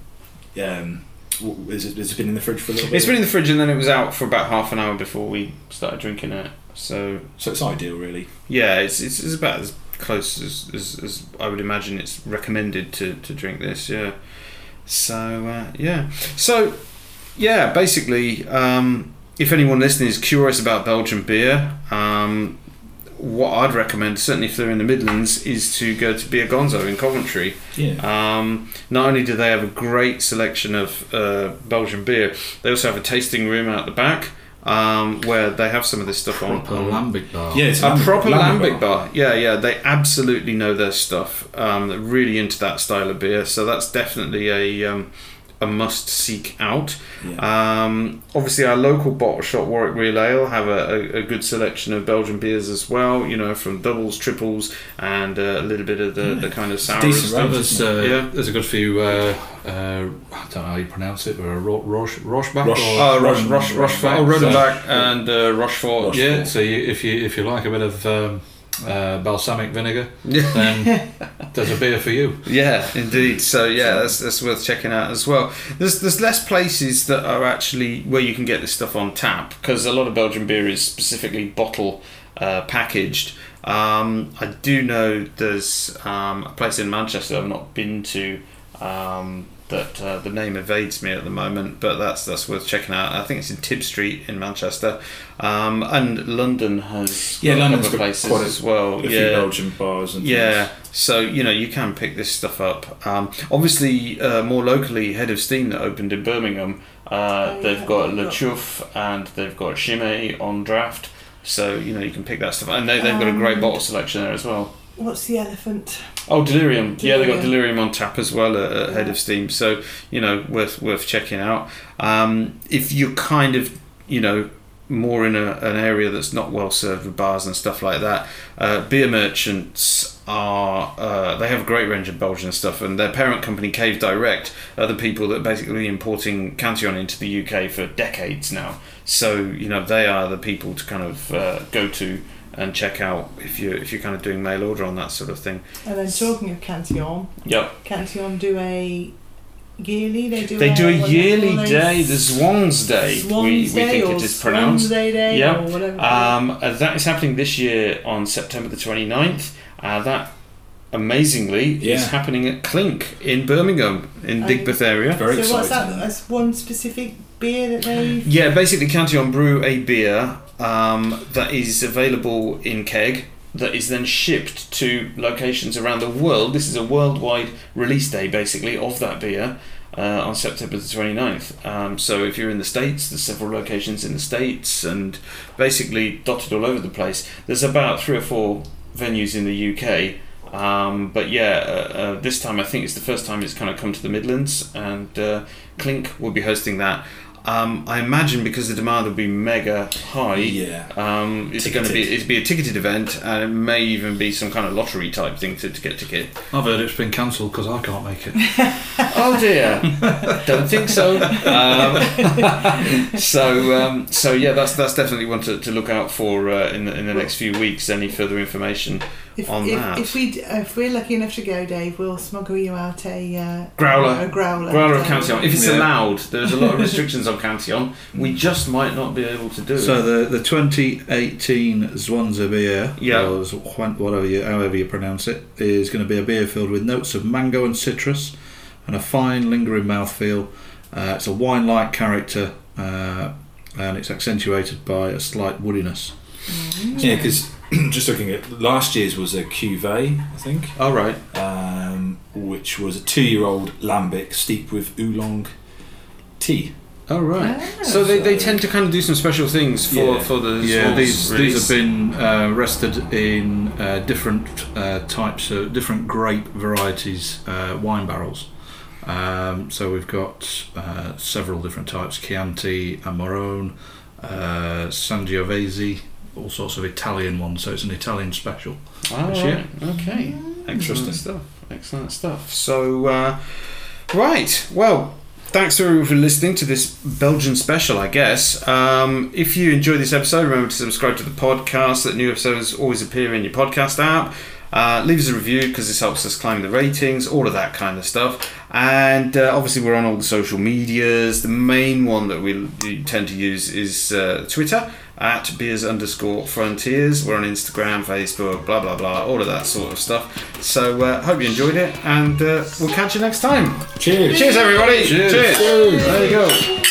Um, w- is it, has it been in the fridge for a little bit?
it's been in the fridge and then it was out for about half an hour before we started drinking it. So
so it's ideal, really.
yeah, it's it's, it's about as close as, as as I would imagine it's recommended to to drink this. Yeah. So uh, yeah. So yeah, basically, um, if anyone listening is curious about Belgian beer. Um, what I'd recommend, certainly if they're in the Midlands, is to go to Beer Gonzo in Coventry.
Yeah.
Um, not only do they have a great selection of uh, Belgian beer, they also have a tasting room out the back um, where they have some of this stuff on.
Proper
on-
lambic bar.
Yeah, it's
a
lambic-
proper
lambic
lambic bar. Yeah, yeah. They absolutely know their stuff. Um, they're really into that style of beer, so that's definitely a um, a must seek out.
Yeah.
Um, obviously, our local bottle shop, Warwick Real Ale, have a, a, a good selection of Belgian beers as well. You know, from doubles, triples, and uh, a little bit of the,
Mm.
the kind of sour
decent
stuff.
Well, there's, uh,
Yeah.
there's a good few. Uh, uh, I don't know how you pronounce it, but a Ro- Roche, Rocheback
Roche.
or
Uh, Rosh,
Roden-
Rosh, Rochefort,
Rodenbach.
oh, Rodenbach
Rodenbach.
and uh, Rochefort.
*laughs* Rochefort.
yeah. So you, if you if you like a bit of um, uh, balsamic vinegar,
Yeah.
*laughs* then there's a beer for you.
yeah, indeed. So yeah, that's, that's worth checking out as well. There's there's less places that are actually where you can get this stuff on tap because a lot of Belgian beer is specifically bottle uh, packaged. Um, I do know there's um, a place in Manchester I've not been to. Um, that uh, the name evades me at the moment, but that's that's worth checking out. I think it's in Tib Street in Manchester, um, and London has
Yeah,
got
London's
a couple
got
of places
quite a-
as well.
a
yeah,
few Belgian bars and
yeah,
things.
so you know you can pick this stuff up. Um, obviously, uh, more locally, Head of Steam that opened in Birmingham, uh,
Oh,
they've
yeah,
got
they've
Le
got-
Chouf and they've got Chimay on draft. So you know you can pick that stuff, up. and they, they've got a great
Um,
bottle selection there as well.
What's the elephant?
Oh, Delirium. Yeah, they got
Delirium.
Delirium on tap as well at, at Head
Yeah.
of Steam. So you know, worth worth checking out. Um, if you're kind of you know more in a, an area that's not well served with bars and stuff like that, uh, beer merchants are uh, they have a great range of Belgian stuff, and their parent company Cave Direct are the people that are basically importing Cantillon into the UK for decades now. So you know they are the people to kind of uh, go to. And check out if you if you're kind of doing mail order on that sort of thing.
And then talking of Cantillon,
Yep.
Cantillon do a yearly. They do.
They
a,
do
what
a
they
yearly
call a
day, the Swans Day.
Swans
we, we
Day
think
or
it is pronounced.
Swansday Day
Yeah.
or whatever.
Um, uh, that is happening this year on September the 29th. Uh, that amazingly is
Yeah.
happening at Clink in Birmingham, in
Oh.
Digbeth area.
Very
so what's that?
exciting.
That's one specific beer that they.
Yeah, basically, Cantillon brew a beer um, that is available in keg that is then shipped to locations around the world. This is a worldwide release day, basically, of that beer. Uh, on September the 29th. Um, so, if you're in the States, there's several locations in the States and basically dotted all over the place. There's about three or four venues in the UK. Um, but yeah, uh, uh, this time I think it's the first time it's kind of come to the Midlands, and uh, Clink will be hosting that. Um, I imagine because the demand will be mega high.
Yeah.
Um, it's going to be
Ticketed.
it's be a ticketed event, and it may even be some kind of lottery type thing to, to get ticket.
I've heard it's been cancelled because I can't make it.
oh *laughs* dear, don't think so. Um, *laughs* so um, so yeah, that's that's definitely one to, to look out for uh, in the, in the next few weeks. Any further information
If,
on
if,
that.
if we if we're lucky enough to go, Dave, we'll smuggle you out a uh,
Growler.
A growler.
Growler of
Um,
Cantillon. If it's
Yeah.
allowed, there's a lot
*laughs*
of restrictions on Cantillon. We just might not be able to do
So
it.
the, the 2018 Zwanza beer,
Yeah.
or Zwan- whatever you, however you pronounce it, is going to be a beer filled with notes of mango and citrus, and a fine lingering mouthfeel. Uh, it's a wine-like character, uh, and it's accentuated by a slight woodiness.
Mm-hmm.
Yeah, because *clears throat* just looking at last year's was a cuvee, I think,
All right.
um, which was a two-year-old lambic steeped with oolong tea.
All right.
Ah.
Oh, So they, they
So-
tend to kind of do some special things for,
Yeah.
for the
Yeah,
source
these
release.
these have been uh, rested in uh, different uh, types of different grape varieties uh, wine barrels. Um, so we've got uh, several different types: Chianti, Amarone, uh, Sangiovese, all sorts of Italian ones. So it's an Italian special.
All
this
right.
year.
Okay.
Interesting.
Excellent stuff. Excellent stuff. So, uh, right. Well, thanks everyone for listening to this Belgian special, I guess. Um, if you enjoyed this episode, remember to subscribe to the podcast so that new episodes always appear in your podcast app. Uh, leave us a review because this helps us climb the ratings, all of that kind of stuff. And uh, obviously, we're on all the social medias. The main one that we do tend to use is uh, Twitter at beers underscore frontiers. We're on Instagram, Facebook, blah blah blah, all of that sort of stuff. So, uh, hope you enjoyed it, and uh, we'll catch you next time.
Cheers.
Cheers, everybody. Cheers. There you go.